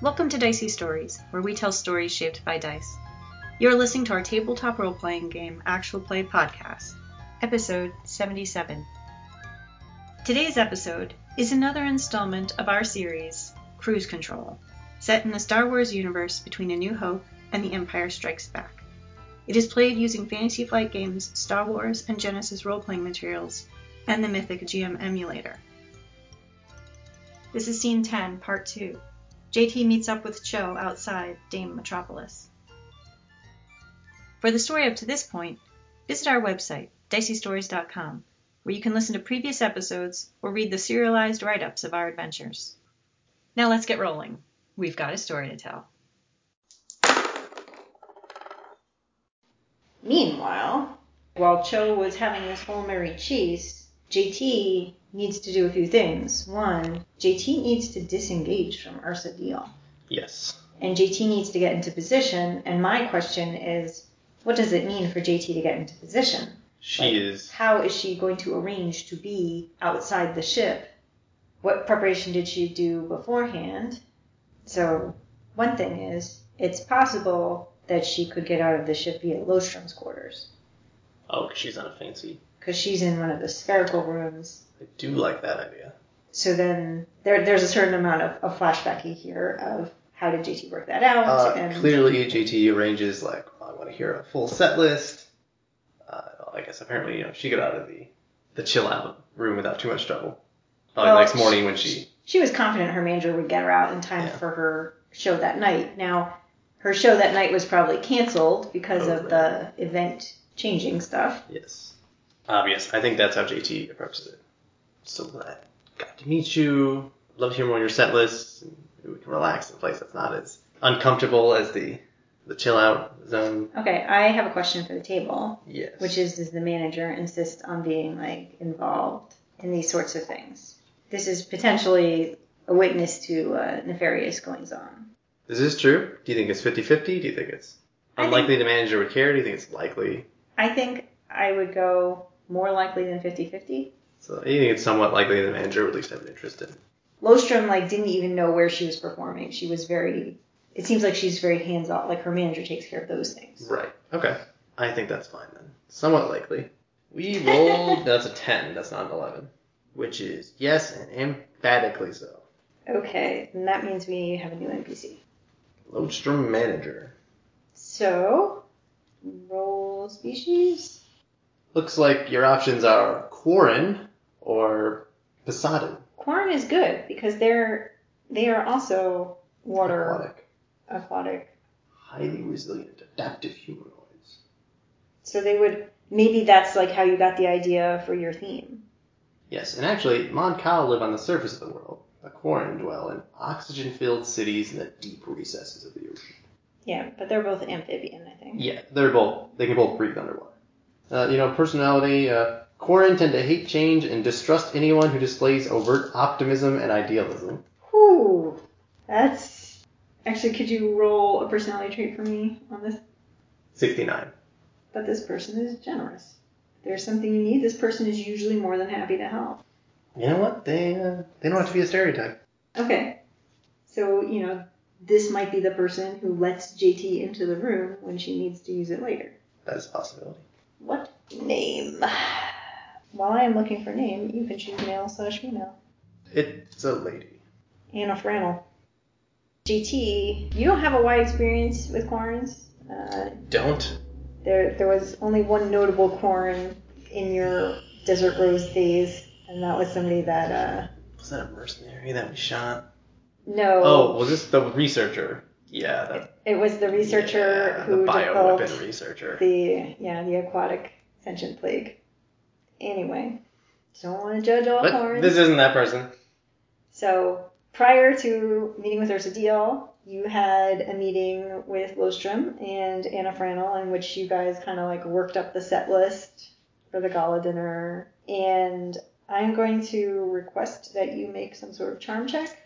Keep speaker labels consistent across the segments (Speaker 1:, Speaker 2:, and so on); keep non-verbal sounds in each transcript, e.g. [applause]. Speaker 1: Welcome to Dicey Stories, where we tell stories shaped by dice. You're listening to our tabletop role playing game Actual Play podcast, episode 77. Today's episode is another installment of our series, Cruise Control, set in the Star Wars universe between A New Hope and The Empire Strikes Back. It is played using Fantasy Flight Games, Star Wars, and Genesis role playing materials, and the Mythic GM emulator. This is Scene 10, Part 2. JT meets up with Cho outside Dame Metropolis. For the story up to this point, visit our website, diceystories.com, where you can listen to previous episodes or read the serialized write ups of our adventures. Now let's get rolling. We've got a story to tell.
Speaker 2: Meanwhile, while Cho was having his whole Mary cheese, JT needs to do a few things. One, JT needs to disengage from Ursa Deal,
Speaker 3: Yes.
Speaker 2: and JT needs to get into position. And my question is, what does it mean for JT to get into position?
Speaker 3: She
Speaker 2: Like,
Speaker 3: is
Speaker 2: How is she going to arrange to be outside the ship? What preparation did she do beforehand? So, one thing is, it's possible that she could get out of the ship via Lostrom's quarters.
Speaker 3: oh, 'cause she's not fancy.
Speaker 2: because she's in one of the spherical rooms.
Speaker 3: I do like that idea.
Speaker 2: So then there, there's a certain amount of, of flashbacky here of how did JT work that out?
Speaker 3: Uh,
Speaker 2: and
Speaker 3: clearly, JT arranges like well, I want to hear a full set list. Uh, well, I guess apparently you know she got out of the the chill out room without too much trouble. Probably
Speaker 2: Well,
Speaker 3: the next morning when she
Speaker 2: she was confident her manager would get her out in time
Speaker 3: Yeah.
Speaker 2: for her show that night. Now, her show that night was probably canceled because of the event changing stuff.
Speaker 3: yes. Um, yes, I think that's how JT approaches it. So glad got to meet you. Love to hear more of your set lists. And maybe we can relax in a place that's not as uncomfortable as the the chill out zone.
Speaker 2: Okay, I have a question for the table,
Speaker 3: Yes.
Speaker 2: which is does the manager insist on being like involved in these sorts of things? This is potentially a witness to uh, nefarious goings on.
Speaker 3: Is this true? Do you think it's 50 50? Do you think it's
Speaker 2: I think-
Speaker 3: unlikely the manager would care? Do you think it's likely?
Speaker 2: I think I would go more likely than 50-50.
Speaker 3: So you think it's somewhat likely the manager would at least have an interest in
Speaker 2: Lostrom like didn't even know where she was performing. She was very it seems like she's very hands off. Like her manager takes care of those things.
Speaker 3: Right. Okay. I think that's fine then. Somewhat likely. We rolled. that's a 10. That's not an 11. Which is yes and emphatically so.
Speaker 2: Okay, and that means we have a new NPC.
Speaker 3: Lodstrom manager.
Speaker 2: So roll species.
Speaker 3: Looks like your options are Quarren or Poseidon.
Speaker 2: Quarren is good because they're they are also water aquatic.
Speaker 3: Aquatic. Highly resilient, adaptive humanoids.
Speaker 2: So they would maybe that's like how you got the idea for your theme.
Speaker 3: Yes, and actually, Mon Cal live on the surface of the world. The Quarren dwell in oxygen filled cities in the deep recesses of the ocean.
Speaker 2: Yeah, but they're both amphibian, I think.
Speaker 3: Yeah, they're both, they can both breathe underwater. Uh, you know, personality, uh, Quarren tend to hate change and distrust anyone who displays overt optimism and idealism.
Speaker 2: Ooh, that's actually. Could you roll a personality trait for me on this?
Speaker 3: 69.
Speaker 2: That this person is generous. If there's something you need. This person is usually more than happy to help.
Speaker 3: You know what? They, uh, they don't have to be a stereotype.
Speaker 2: Okay, so you know this might be the person who lets JT into the room when she needs to use it later.
Speaker 3: That is a possibility.
Speaker 2: What name? While I am looking for name, you can choose male slash female.
Speaker 3: It's a lady.
Speaker 2: Anna Franel. JT, you don't have a wide experience with Quarrens. Uh,
Speaker 3: Don't.
Speaker 2: There, there was only one notable corn in your Desert Rose days, and that was somebody that, uh,
Speaker 3: Was that a mercenary that we shot?
Speaker 2: no,
Speaker 3: Oh, was this the researcher? Yeah, that,
Speaker 2: it was the researcher
Speaker 3: yeah,
Speaker 2: who
Speaker 3: the
Speaker 2: developed
Speaker 3: bioweapon researcher.
Speaker 2: the, yeah, the aquatic sentient plague. Anyway, don't want to judge all
Speaker 3: But
Speaker 2: corns.
Speaker 3: This isn't that person.
Speaker 2: so prior to meeting with Ursa Deal, you had a meeting with Lostrom and Anna Franel in which you guys kind of like worked up the set list for the gala dinner. And I'm going to request that you make some sort of charm check.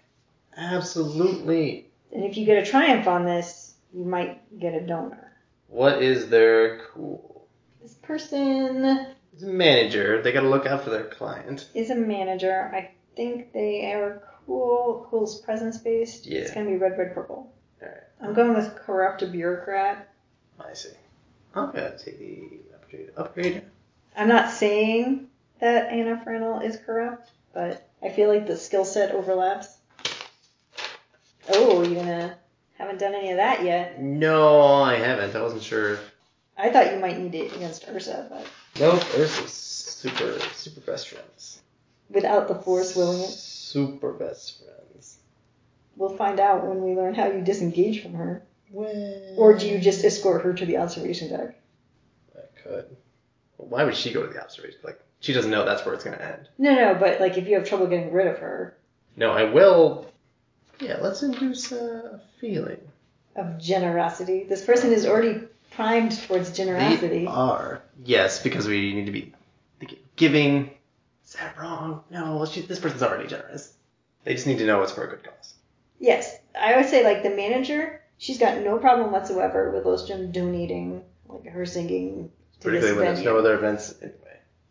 Speaker 3: Absolutely.
Speaker 2: And if you get a triumph on this, you might get a donor.
Speaker 3: What is their cool?
Speaker 2: This person
Speaker 3: It's a manager. They gotta look out for their client.
Speaker 2: is a manager. I think they are cool. Cool's presence based. It's
Speaker 3: Yeah.
Speaker 2: gonna be red, red, purple.
Speaker 3: Alright.
Speaker 2: I'm going with corrupt a bureaucrat.
Speaker 3: I see. I'm gonna take the opportunity to upgrade.
Speaker 2: I'm not saying that Anna Fernal is corrupt, but I feel like the skill set overlaps. Oh, you gonna haven't done any of that yet.
Speaker 3: No, I haven't. I wasn't sure.
Speaker 2: I thought you might need it against Ursa, but
Speaker 3: Nope, Ursa's super, super best friends.
Speaker 2: without the force willing it,
Speaker 3: Super best friends.
Speaker 2: we'll find out when we learn how you disengage from her.
Speaker 3: Well,
Speaker 2: Or do you just escort her to the observation deck?
Speaker 3: I could. Why would she go to the observation? Like, she doesn't know that's where it's gonna end.
Speaker 2: No, no, but like if you have trouble getting rid of her,
Speaker 3: No, I will. Yeah, let's induce a feeling.
Speaker 2: of generosity. This person is already primed towards generosity.
Speaker 3: They are. Yes, because we need to be giving. Is that wrong? No, well, she, this person's already generous. They just need to know it's for a good cause.
Speaker 2: Yes, I would say like the manager, she's got no problem whatsoever with Lostrom donating like her singing to this
Speaker 3: Particularly when there's
Speaker 2: venue.
Speaker 3: no other events anyway.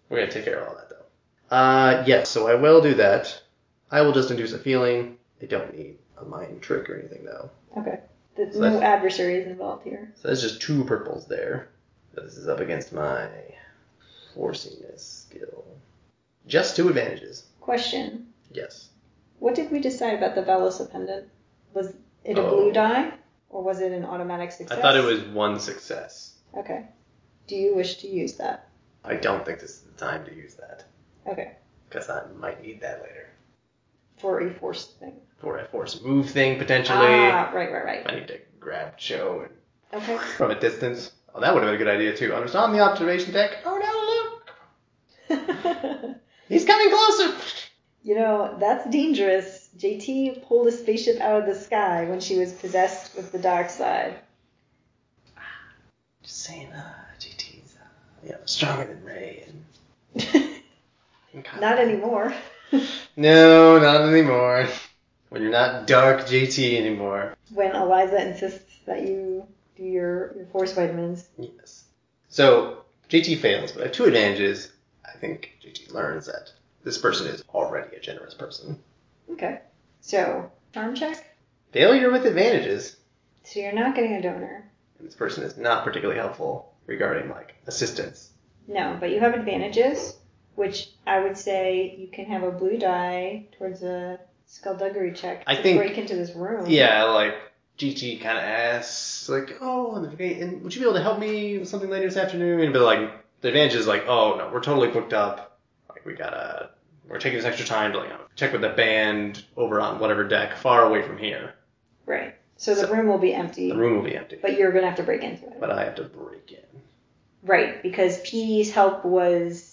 Speaker 3: We're going to take care of all that, though. Uh, yes, so I will do that. I will just induce a feeling. They don't need a mind trick or anything, though.
Speaker 2: okay, the,
Speaker 3: So
Speaker 2: no
Speaker 3: that's-
Speaker 2: adversary is involved here.
Speaker 3: So that's just two purples there. But this is up against my forcingness skill. Just two advantages.
Speaker 2: Question:
Speaker 3: Yes.
Speaker 2: What did we decide about the Velos appendant? Was it a
Speaker 3: Oh.
Speaker 2: blue die or was it an automatic success?
Speaker 3: I thought it was one success.
Speaker 2: Okay. Do you wish to use that?
Speaker 3: I don't think this is the time to use that
Speaker 2: Okay,
Speaker 3: because I might need that later
Speaker 2: for a force thing.
Speaker 3: for a force move thing potentially.
Speaker 2: Ah, right, right, right.
Speaker 3: I need to grab Cho
Speaker 2: Okay.
Speaker 3: and from a distance. Oh, that would have been a good idea too. I'm just on the observation deck. Oh no, look,
Speaker 2: [laughs]
Speaker 3: he's coming closer.
Speaker 2: you know, that's dangerous. JT pulled a spaceship out of the sky when she was possessed with the dark side. [laughs]
Speaker 3: Just saying, uh, GT's uh, you know stronger than Ray and, and Kyle.
Speaker 2: Not anymore. [laughs]
Speaker 3: No, not anymore. When you're not dark JT anymore.
Speaker 2: when Eliza insists that you do your, your force vitamins.
Speaker 3: Yes. So JT fails, but I have two advantages. I think JT learns that this person is already a generous person.
Speaker 2: Okay. So, charm check.
Speaker 3: Failure with advantages.
Speaker 2: So you're not getting a donor.
Speaker 3: And this person is not particularly helpful regarding like assistance.
Speaker 2: No, but you have advantages, which I would say you can have a blue die towards a skullduggery check
Speaker 3: I
Speaker 2: to
Speaker 3: think-
Speaker 2: break into this room.
Speaker 3: Yeah, like GT kind of asks like, "Oh, and, the- and would you be able to help me with something later this afternoon?" But like the advantage is like, "Oh no, we're totally booked up. Like we gotta, we're taking this extra time to like check with the band over on whatever deck far away from here.
Speaker 2: Right. So the room will be empty,
Speaker 3: The room will be empty,
Speaker 2: but you're gonna have to break into it.
Speaker 3: but I have to break in."
Speaker 2: Right, because P's help was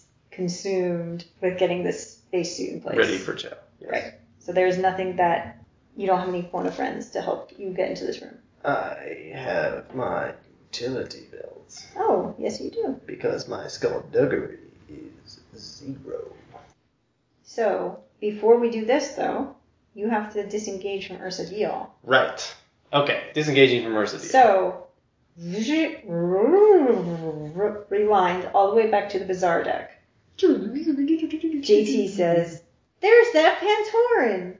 Speaker 2: consumed with getting this spacesuit in place.
Speaker 3: Ready for Joe. Yes.
Speaker 2: Right. So there's nothing that you don't have any Fauna friends to help you get into this room.
Speaker 3: I have my utility bills
Speaker 2: Oh, yes, you do.
Speaker 3: because my skullduggery is zero.
Speaker 2: So before we do this, though, you have to disengage from Ursa Deal.
Speaker 3: Right. Okay. Disengaging from Mercy.
Speaker 2: So rewind all the way back to the Bazaar deck. JT says, "There's that Pantoran."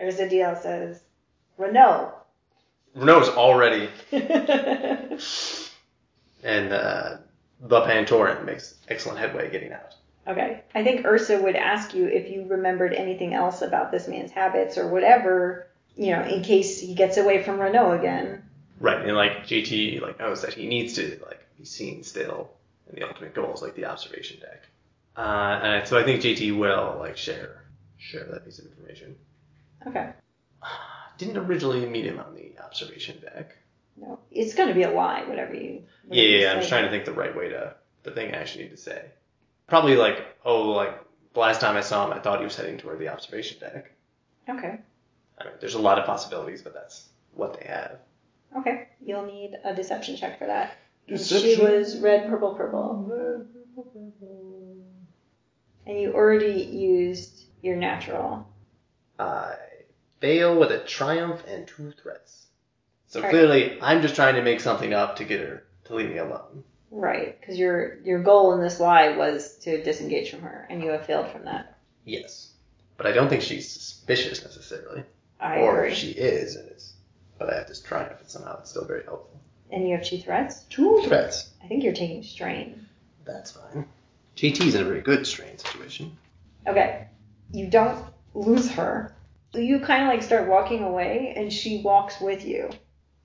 Speaker 2: Ursa Deal says, "Renault."
Speaker 3: Renault's already,
Speaker 2: [laughs] okay.
Speaker 3: and uh, the Pantoran makes excellent headway getting out.
Speaker 2: I think Ursa would ask you if you remembered anything else about this man's habits or whatever, you know, in case he gets away from Renault again.
Speaker 3: Right. And like JT like knows that he needs to like be seen still, and the ultimate goal is like the observation deck. Uh, and so I think JT will like share share that piece of information.
Speaker 2: Okay.
Speaker 3: Didn't originally meet him on the observation deck.
Speaker 2: No. It's going to be a lie, whatever you.
Speaker 3: Yeah,
Speaker 2: whatever
Speaker 3: yeah,
Speaker 2: you
Speaker 3: yeah, I'm
Speaker 2: say.
Speaker 3: just trying to think the right way to the thing I actually need to say. Probably like, oh, like the last time I saw him, I thought he was heading toward the observation deck.
Speaker 2: Okay.
Speaker 3: I mean, there's a lot of possibilities, but that's what they have.
Speaker 2: Okay. You'll need a deception check for that. She
Speaker 3: Deception.
Speaker 2: was red, purple, purple. And you already used your natural.
Speaker 3: I fail with a triumph and two threats. So
Speaker 2: Alright.
Speaker 3: clearly, I'm just trying to make something up to get her to leave me alone.
Speaker 2: Right. Because your, your goal in this lie was to disengage from her, and you have failed from that.
Speaker 3: Yes. But I don't think she's suspicious necessarily.
Speaker 2: I
Speaker 3: or
Speaker 2: agree.
Speaker 3: she is, and it's but I have to triumph and somehow it's still very helpful.
Speaker 2: and you have two threats? Two
Speaker 3: Threats.
Speaker 2: I think you're taking strain.
Speaker 3: That's fine. JT's in a very good strain situation.
Speaker 2: Okay. You don't lose her. So You kind of like start walking away and she walks with you.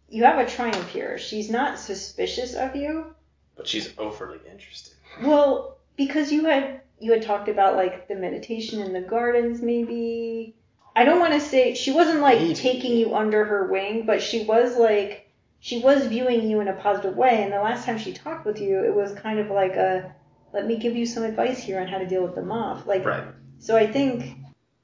Speaker 2: You have a triumph here. She's not suspicious of you,
Speaker 3: But she's overly interested.
Speaker 2: Well, because you had you had talked about like the meditation in the gardens, maybe. I don't want to say she wasn't like
Speaker 3: Maybe.
Speaker 2: taking you under her wing, but she was like she was viewing you in a positive way. And the last time she talked with you, it was kind of like a let me give you some advice here on how to deal with the moth. Like
Speaker 3: Right.
Speaker 2: so, I think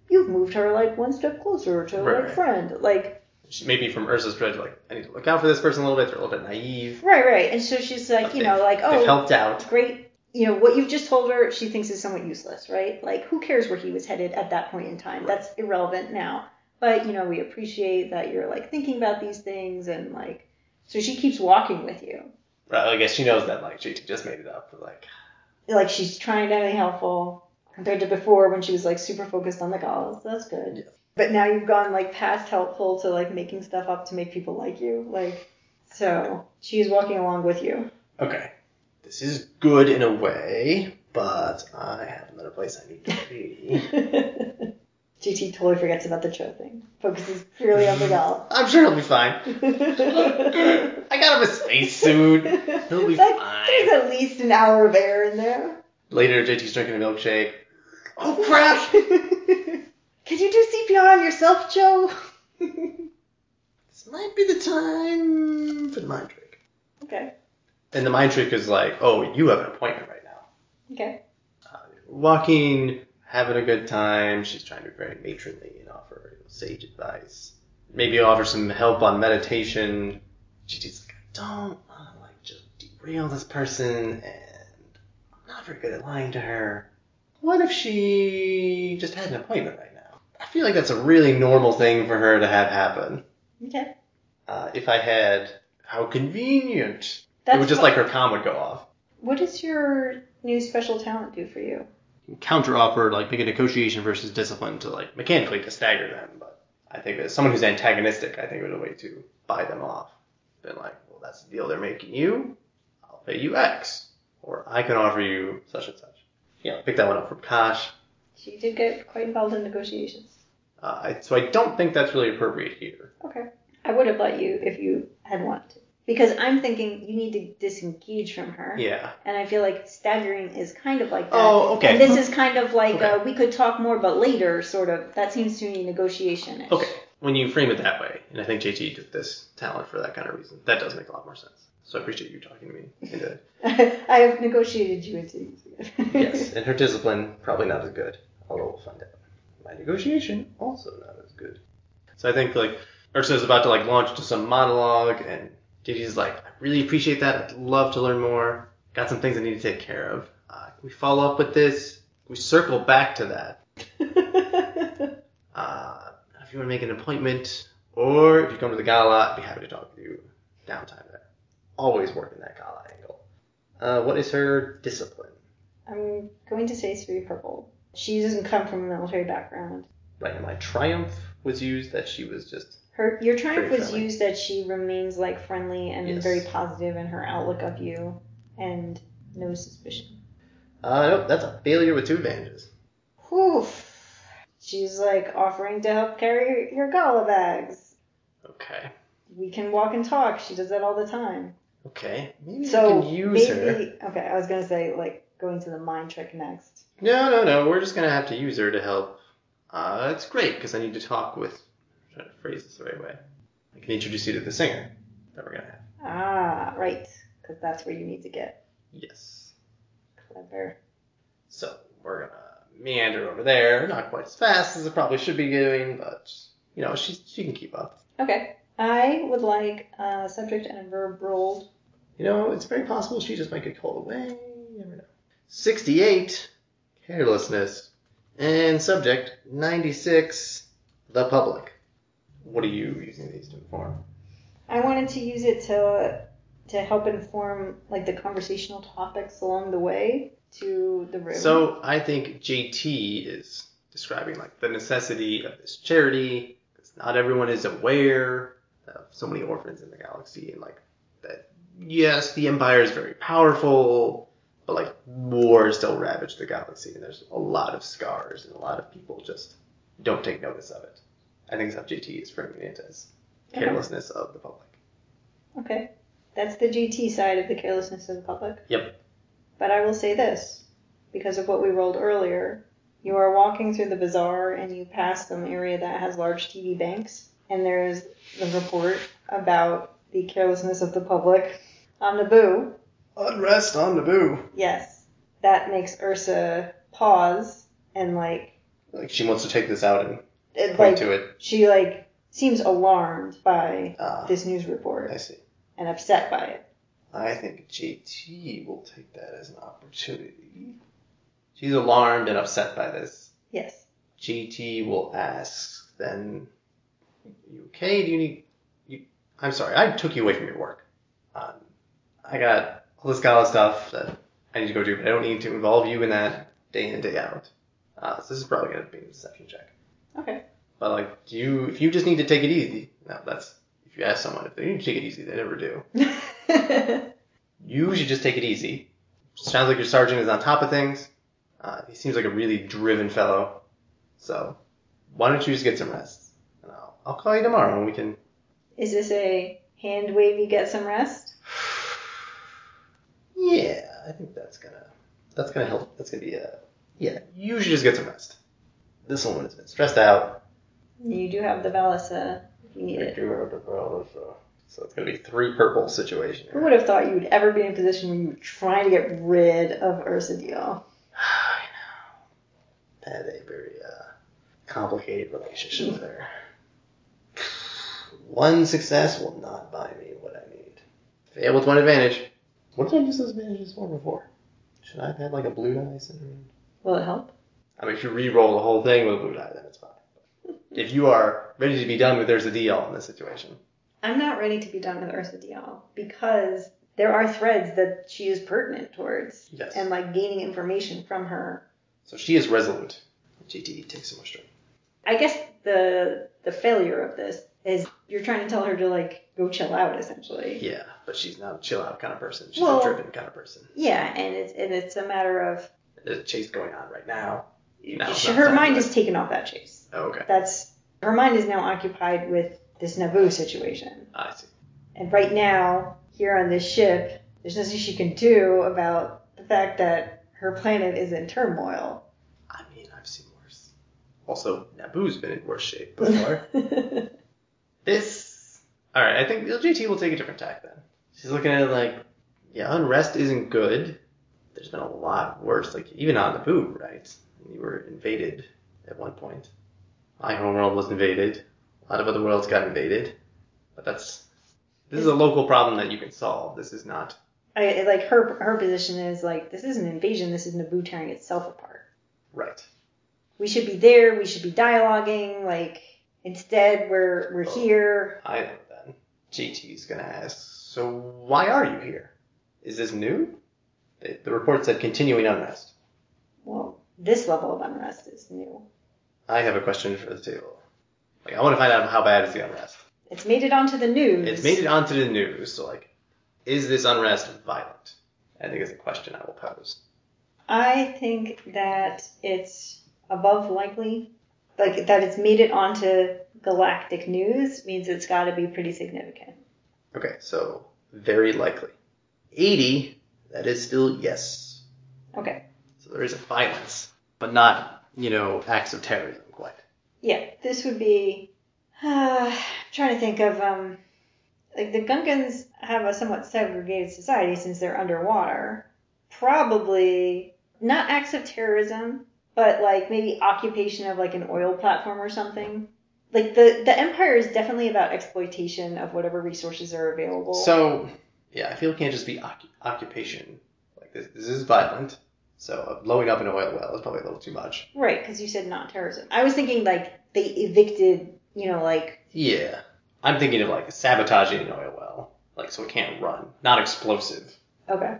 Speaker 2: you've moved her like one step closer to
Speaker 3: Right,
Speaker 2: like
Speaker 3: right.
Speaker 2: friend, like
Speaker 3: She, maybe from Ursa's dread, like I need to look out for this person a little bit. They're a little bit naive.
Speaker 2: right, right. And so she's like,
Speaker 3: But
Speaker 2: you know, like oh,
Speaker 3: They've helped out.
Speaker 2: great. You know, what you've just told her, she thinks is somewhat useless, right? Like, who cares where he was headed at that point in time? That's irrelevant now. But, you know, we appreciate that you're, like, thinking about these things and, like, so she keeps walking with you.
Speaker 3: Right, I guess she knows that like JT just made it up. But, like
Speaker 2: Like, she's trying to be helpful compared to before when she was, like, super focused on the goals. So that's good.
Speaker 3: Yeah.
Speaker 2: But now you've gone, like, past helpful to, like, making stuff up to make people like you. Like, so she's walking along with you.
Speaker 3: okay, this is good in a way, but I have another place I need to
Speaker 2: [laughs]
Speaker 3: be.
Speaker 2: GT totally forgets about the cho thing. Focuses purely
Speaker 3: [laughs]
Speaker 2: on the doll.
Speaker 3: I'm sure he'll
Speaker 2: [laughs]
Speaker 3: be fine. I got him a spacesuit. He'll be
Speaker 2: It's like,
Speaker 3: fine.
Speaker 2: There's at least an hour of air in there.
Speaker 3: Later, JT's drinking a milkshake. Oh crap!
Speaker 2: [laughs] Can you do CPR on yourself, [laughs] Joe?
Speaker 3: This might be the time for the mind trick.
Speaker 2: okay.
Speaker 3: And the mind trick is like, oh, you have an appointment right now. Uh,
Speaker 2: Okay.
Speaker 3: Walking, having a good time. She's trying to be very matronly and offer you know, sage advice. Maybe offer some help on meditation. JT's like, I don't want to like just derail this person, and I'm not very good at lying to her. What if she just had an appointment right now? I feel like that's a really normal thing for her to have happen.
Speaker 2: Okay.
Speaker 3: Uh, if I had, how convenient.
Speaker 2: That's
Speaker 3: it would just
Speaker 2: what-
Speaker 3: like her com would go off.
Speaker 2: What does your new special talent do for you?
Speaker 3: Counter offer, like make a negotiation versus discipline to like mechanically to stagger them. But I think as someone who's antagonistic, I think it was a way to buy them off. Been like, well, that's the deal they're making you. I'll pay you X, or I can offer you such and such. Yeah, pick that one up from Kosh.
Speaker 2: She did get quite involved in negotiations.
Speaker 3: Uh, I- so I don't think that's really appropriate here.
Speaker 2: Okay. I would have let you if you had wanted to. Because I'm thinking you need to disengage from her.
Speaker 3: Yeah.
Speaker 2: And I feel like staggering is kind of like that.
Speaker 3: Oh, okay.
Speaker 2: And this is kind of like uh
Speaker 3: Okay.
Speaker 2: we could talk more, but later, sort of. That seems to me negotiation.
Speaker 3: Okay, when you frame it that way, and I think JT did this talent for that kind of reason, that does make a lot more sense. So I appreciate you talking to me into it.
Speaker 2: [laughs] I have negotiated you into.
Speaker 3: [laughs] yes, and her discipline probably not as good, although we'll find out. My negotiation also not as good. So I think like Ursula's about to like launch into some monologue, and JT's like, I really appreciate that. I'd love to learn more. Got some things I need to take care of. Uh, can we follow up with this? We circle back to that. Uh, if you want to make an appointment, or if you come to the gala, I'd be happy to talk with you downtime there. Always working that gala angle. Uh, what is her discipline?
Speaker 2: [laughs] I'm going to say three purple. She doesn't come from a military background.
Speaker 3: Right, and my triumph was used that she was just
Speaker 2: Her your triumph
Speaker 3: Very
Speaker 2: was
Speaker 3: friendly.
Speaker 2: used that she remains like friendly and
Speaker 3: Yes.
Speaker 2: very positive in her outlook of you, and no suspicion.
Speaker 3: uh nope, that's a failure with two advantages.
Speaker 2: Whew. She's like offering to help carry your gala bags.
Speaker 3: Okay.
Speaker 2: we can walk and talk. She does that all the time.
Speaker 3: Okay. Maybe
Speaker 2: So
Speaker 3: we can use
Speaker 2: maybe
Speaker 3: her.
Speaker 2: okay, I was gonna say like going to the mind trick next.
Speaker 3: No, no, no. We're just gonna have to use her to help. Uh, it's great because I need to talk with. I'm trying to phrase this the right way. I can introduce you to the singer that we're gonna have.
Speaker 2: Ah, right, because that's where you need to get
Speaker 3: Yes.
Speaker 2: clever.
Speaker 3: So we're gonna meander over there, not quite as fast as it probably should be doing, but you know she she can keep up.
Speaker 2: Okay, I would like a subject and a verb rolled.
Speaker 3: You know it's very possible she just might get called away. You never know. Sixty-eight, carelessness, and subject ninety-six, the public. What are you using these to inform?
Speaker 2: I wanted to use it to to help inform like the conversational topics along the way to the room.
Speaker 3: So I think JT is describing like the necessity of this charity because not everyone is aware of so many orphans in the galaxy and like that. Yes, the Empire is very powerful, but like war still ravaged the galaxy and there's a lot of scars and a lot of people just don't take notice of it. I think SubGT is framing it as
Speaker 2: Okay.
Speaker 3: carelessness of the public.
Speaker 2: Okay. That's the GT side of the carelessness of the public.
Speaker 3: Yep.
Speaker 2: But I will say this, because of what we rolled earlier, you are walking through the bazaar and you pass some area that has large TV banks, and there's the report about the carelessness of the public on Naboo.
Speaker 3: Unrest on Naboo.
Speaker 2: Yes, that makes Ursa pause and like,
Speaker 3: Like she wants to take this out and
Speaker 2: it-
Speaker 3: point
Speaker 2: like
Speaker 3: to it.
Speaker 2: she like seems alarmed by
Speaker 3: Ah,
Speaker 2: this news report
Speaker 3: I see.
Speaker 2: and upset by it.
Speaker 3: I think JT will take that as an opportunity. She's alarmed and upset by this.
Speaker 2: Yes.
Speaker 3: JT will ask, then, you okay? Do you need. You, I'm sorry, I took you away from your work. Um, I got all this gala stuff that I need to go do, but I don't need to involve you in that day in and day out. Uh, so this is probably going to be a deception check.
Speaker 2: Okay. [laughs]
Speaker 3: But, like, do you. If you just need to take it easy. No, that's. If you ask someone if they need to take it easy, they never do. you should just take it easy. Sounds like your sergeant is on top of things. Uh, he seems like a really driven fellow. So, why don't you just get some rest? And I'll, I'll call you tomorrow and we can.
Speaker 2: Is this a hand wavy get some rest?
Speaker 3: Yeah, I think that's gonna that's gonna help. That's gonna be a yeah. You should just get some rest. This woman has been stressed out.
Speaker 2: You do have the Valisa if you need it.
Speaker 3: So it's gonna be three purple situation.
Speaker 2: Who would have thought you would ever be in a position where you were trying to get rid of Ursa Deal?
Speaker 3: I know. [sighs] Had a very uh, complicated relationship with her. One success will not buy me what I need. Fail with one advantage. What did I use those advantages for before? Should I have had like a blue die syndrome?
Speaker 2: Will it help?
Speaker 3: I mean, if you re-roll the whole thing with a blue die, then [laughs] it's fine. If you are ready to be done with there's a deal in this situation.
Speaker 2: I'm not ready to be done with Ursa Deal because there are threads that she is pertinent towards
Speaker 3: Yes.
Speaker 2: and like gaining information from her.
Speaker 3: So she is resolute. GTE takes so much strength.
Speaker 2: I guess the the failure of this is you're trying to tell her to like go chill out essentially.
Speaker 3: Yeah, but she's not a chill out kind of person. She's
Speaker 2: Well-
Speaker 3: a driven kind of person.
Speaker 2: Yeah, and it's and it's a matter of
Speaker 3: There's a chase going on right now. You know,
Speaker 2: she-
Speaker 3: that's
Speaker 2: her
Speaker 3: not
Speaker 2: mind
Speaker 3: good.
Speaker 2: is taken off that chase.
Speaker 3: Oh, okay.
Speaker 2: That's her mind is now occupied with this Naboo situation.
Speaker 3: I see.
Speaker 2: And right now, here on this ship, there's nothing she can do about the fact that her planet is in turmoil.
Speaker 3: I mean, I've seen worse. Also, Naboo's been in worse shape [laughs] before. this. Alright, I think LGT will take a different tack then. She's looking at it like, yeah, unrest isn't good. There's been a lot worse, like, even on Naboo, right? You were invaded at one point. My homeworld was invaded. A lot of other worlds got invaded. But that's. This is a local problem that you can solve. This is not.
Speaker 2: [laughs] I, like her her position is like this is an invasion. This is Naboo tearing itself apart.
Speaker 3: Right.
Speaker 2: We should be there. We should be dialoguing. Like instead, we're we're here.
Speaker 3: I know then. GT's gonna ask, so why are you here? Is this new? The, the report said continuing unrest.
Speaker 2: Well, this level of unrest is new.
Speaker 3: I have a question for the table. Like, I want to find out how bad is the unrest.
Speaker 2: It's made it onto the news.
Speaker 3: It's made it onto the news, so like, is this unrest violent? I think is a question I will pose.
Speaker 2: I think that it's above likely. Like that it's made it onto galactic news means it's got to be pretty significant.
Speaker 3: Okay, so very likely. 80, that is still yes.
Speaker 2: Okay.
Speaker 3: So there is a violence, but not, you know, acts of terrorism quite.
Speaker 2: Yeah, this would be. [sighs] Uh, trying to think of um, like the Gungans have a somewhat segregated society since they're underwater. Probably not acts of terrorism, but like maybe occupation of like an oil platform or something. Like the the empire is definitely about exploitation of whatever resources are available.
Speaker 3: So, yeah, I feel it can't just be occu- occupation. Like this, this is violent. So uh, blowing up an oil well is probably a little too much.
Speaker 2: Right, because you said not terrorism. I was thinking like they evicted, you know, like
Speaker 3: Yeah, I'm thinking of like sabotaging an oil well, like so it can't run, not explosive,
Speaker 2: okay,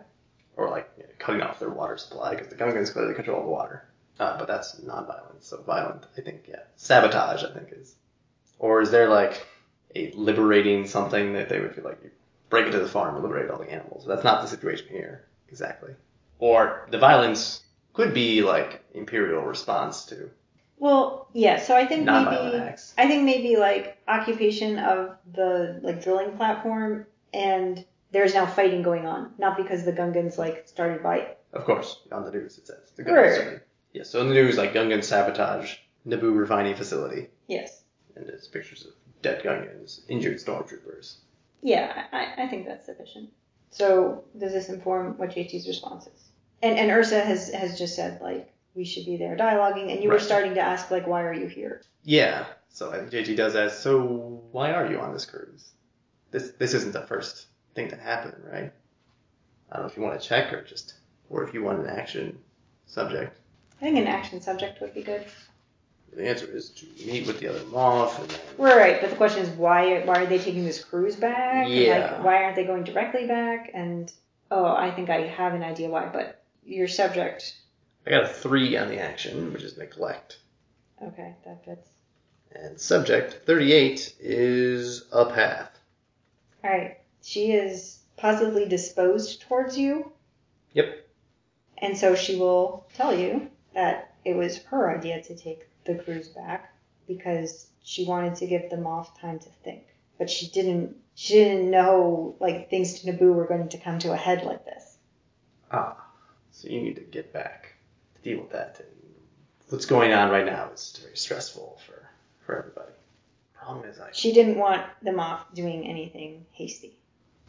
Speaker 3: or like you know, cutting off their water supply because the Gungans clearly control the water. Uh, but that's non-violent, so violent. I think yeah, sabotage. I think is, or is there like a liberating something that they would feel like you break into the farm and liberate all the animals? That's not the situation here exactly. Or the violence could be like imperial response to
Speaker 2: Well, yeah. So I think
Speaker 3: non-violent
Speaker 2: maybe
Speaker 3: acts.
Speaker 2: I think maybe like occupation of the like drilling platform, and there's now fighting going on, not because the Gungans like started by.
Speaker 3: Of course, on the news it says the
Speaker 2: Right.
Speaker 3: Gungans. Right. Yeah, so in the news like Gungan sabotage Naboo refining facility,
Speaker 2: Yes.
Speaker 3: and there's pictures of dead Gungans, injured stormtroopers.
Speaker 2: Yeah, I, I think that's sufficient. So does this inform what JT's response is? And and Ursa has has just said like we should be there dialoguing, and you were
Speaker 3: Right.
Speaker 2: starting to ask like why are you here?
Speaker 3: Yeah. So I think JG does ask, so why are you on this cruise? This this isn't the first thing to happen, right? I don't know if you want to check or just or if you want an action subject.
Speaker 2: I think an action subject would be good.
Speaker 3: The answer is to meet with the other moth and then
Speaker 2: Right, but the question is why? Why are they taking this cruise back? And,
Speaker 3: Yeah.
Speaker 2: Like, why aren't they going directly back? And oh, I think I have an idea why, but your subject.
Speaker 3: I got a three on the action, which is neglect.
Speaker 2: Okay, that fits.
Speaker 3: And subject thirty eight is a path.
Speaker 2: All right, she is positively disposed towards you,
Speaker 3: Yep.
Speaker 2: and so she will tell you that it was her idea to take the cruise back because she wanted to give them off time to think, but she didn't. She didn't know like things to Naboo were going to come to a head like this.
Speaker 3: Ah. So you need to get back to deal with that. And what's going on right now is very stressful for, for everybody. Problem is I
Speaker 2: She didn't want them off doing anything hasty.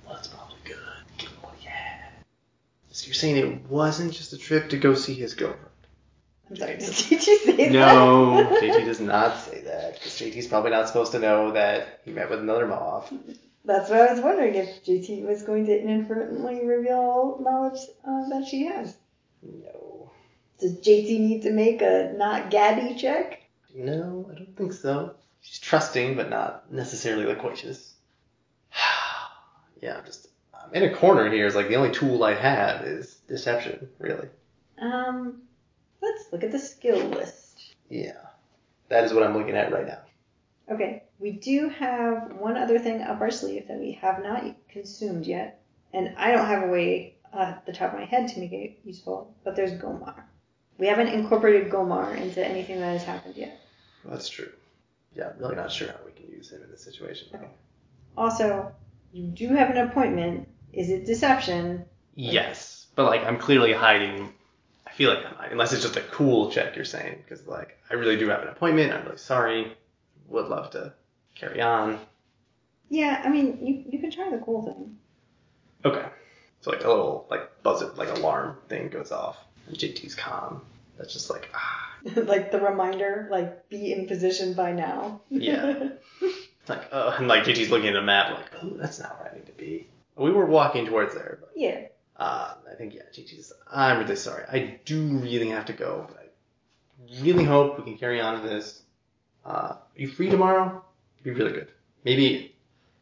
Speaker 3: Well, that's probably good. Give him what he had. So you're saying it wasn't just a trip to go see his girlfriend?
Speaker 2: I'm sorry, did you say
Speaker 3: No, [laughs]
Speaker 2: that?
Speaker 3: JT does not say that because JT's probably not supposed to know that he met with another moth.
Speaker 2: That's what I was wondering if JT was going to inadvertently reveal knowledge uh, that she has.
Speaker 3: No,
Speaker 2: Does JT need to make a not gaddy check?
Speaker 3: no, I don't think so. She's trusting but not necessarily loquacious. [sighs] yeah, I'm just I'm in a corner here. It's like the only tool I have is deception, really.
Speaker 2: Um, let's look at the skill list.
Speaker 3: Yeah, that is what I'm looking at right now.
Speaker 2: Okay, we do have one other thing up our sleeve that we have not consumed yet, and I don't have a way uh, at the top of my head to make it useful, but there's Gomar. We haven't incorporated Gomar into anything that has happened yet.
Speaker 3: That's true. Yeah, I'm really not sure how we can use him in this situation. Though.
Speaker 2: Okay. Also, you do have an appointment. Is it deception?
Speaker 3: Yes, but like I'm clearly hiding. I feel like I'm hiding, unless it's just a cool check you're saying, because like I really do have an appointment. I'm really sorry. Would love to carry on.
Speaker 2: Yeah, I mean, you, you can try the cool thing. [laughs]
Speaker 3: Okay. So like a little like buzzer, like alarm thing goes off. And JT's calm. That's just like ah,
Speaker 2: like the reminder, like be in position by now.
Speaker 3: Yeah. it's like oh, and like JT's looking at a map, like oh, that's not where I need to be. We were walking towards there, but
Speaker 2: [laughs] yeah.
Speaker 3: Um, I think yeah, GG's. I'm really sorry. I do really have to go, but I really hope we can carry on with this. Uh, are you free tomorrow? Be really good. Maybe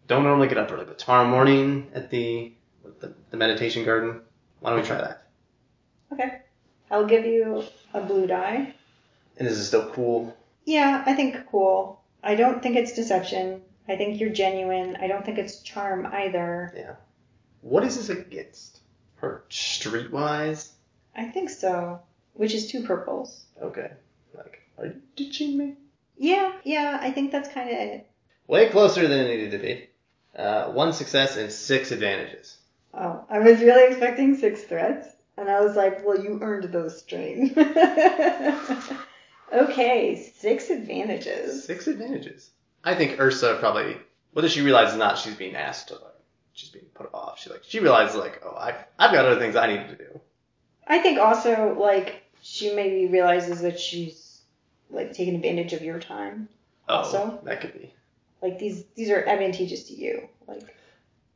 Speaker 3: don't normally get up early, but tomorrow morning at the what, the, the meditation garden. Why don't we try that?
Speaker 2: Okay. I'll give you a blue die.
Speaker 3: And this is still cool.
Speaker 2: Yeah, I think cool. I don't think it's deception. I think you're genuine. I don't think it's charm either.
Speaker 3: Yeah. What is this against? Her streetwise.
Speaker 2: I think so. Which is two purples.
Speaker 3: Okay. Like, are you ditching me?
Speaker 2: Yeah, yeah, I think that's kind of it.
Speaker 3: Way closer than it needed to be. Uh, one success and six advantages.
Speaker 2: Oh, I was really expecting six threats, and I was like, well, you earned those string. [laughs] okay, six advantages.
Speaker 3: Six advantages. I think Ursa probably, whether she realizes or not, she's being asked to like, she's being put off. She like, she realizes like, oh, I've, I've got other things I need to do.
Speaker 2: I think also, like, she maybe realizes that she's, like, taking advantage of your time.
Speaker 3: Oh,
Speaker 2: Also?
Speaker 3: that could be.
Speaker 2: Like, these, these are advantageous to you. Like,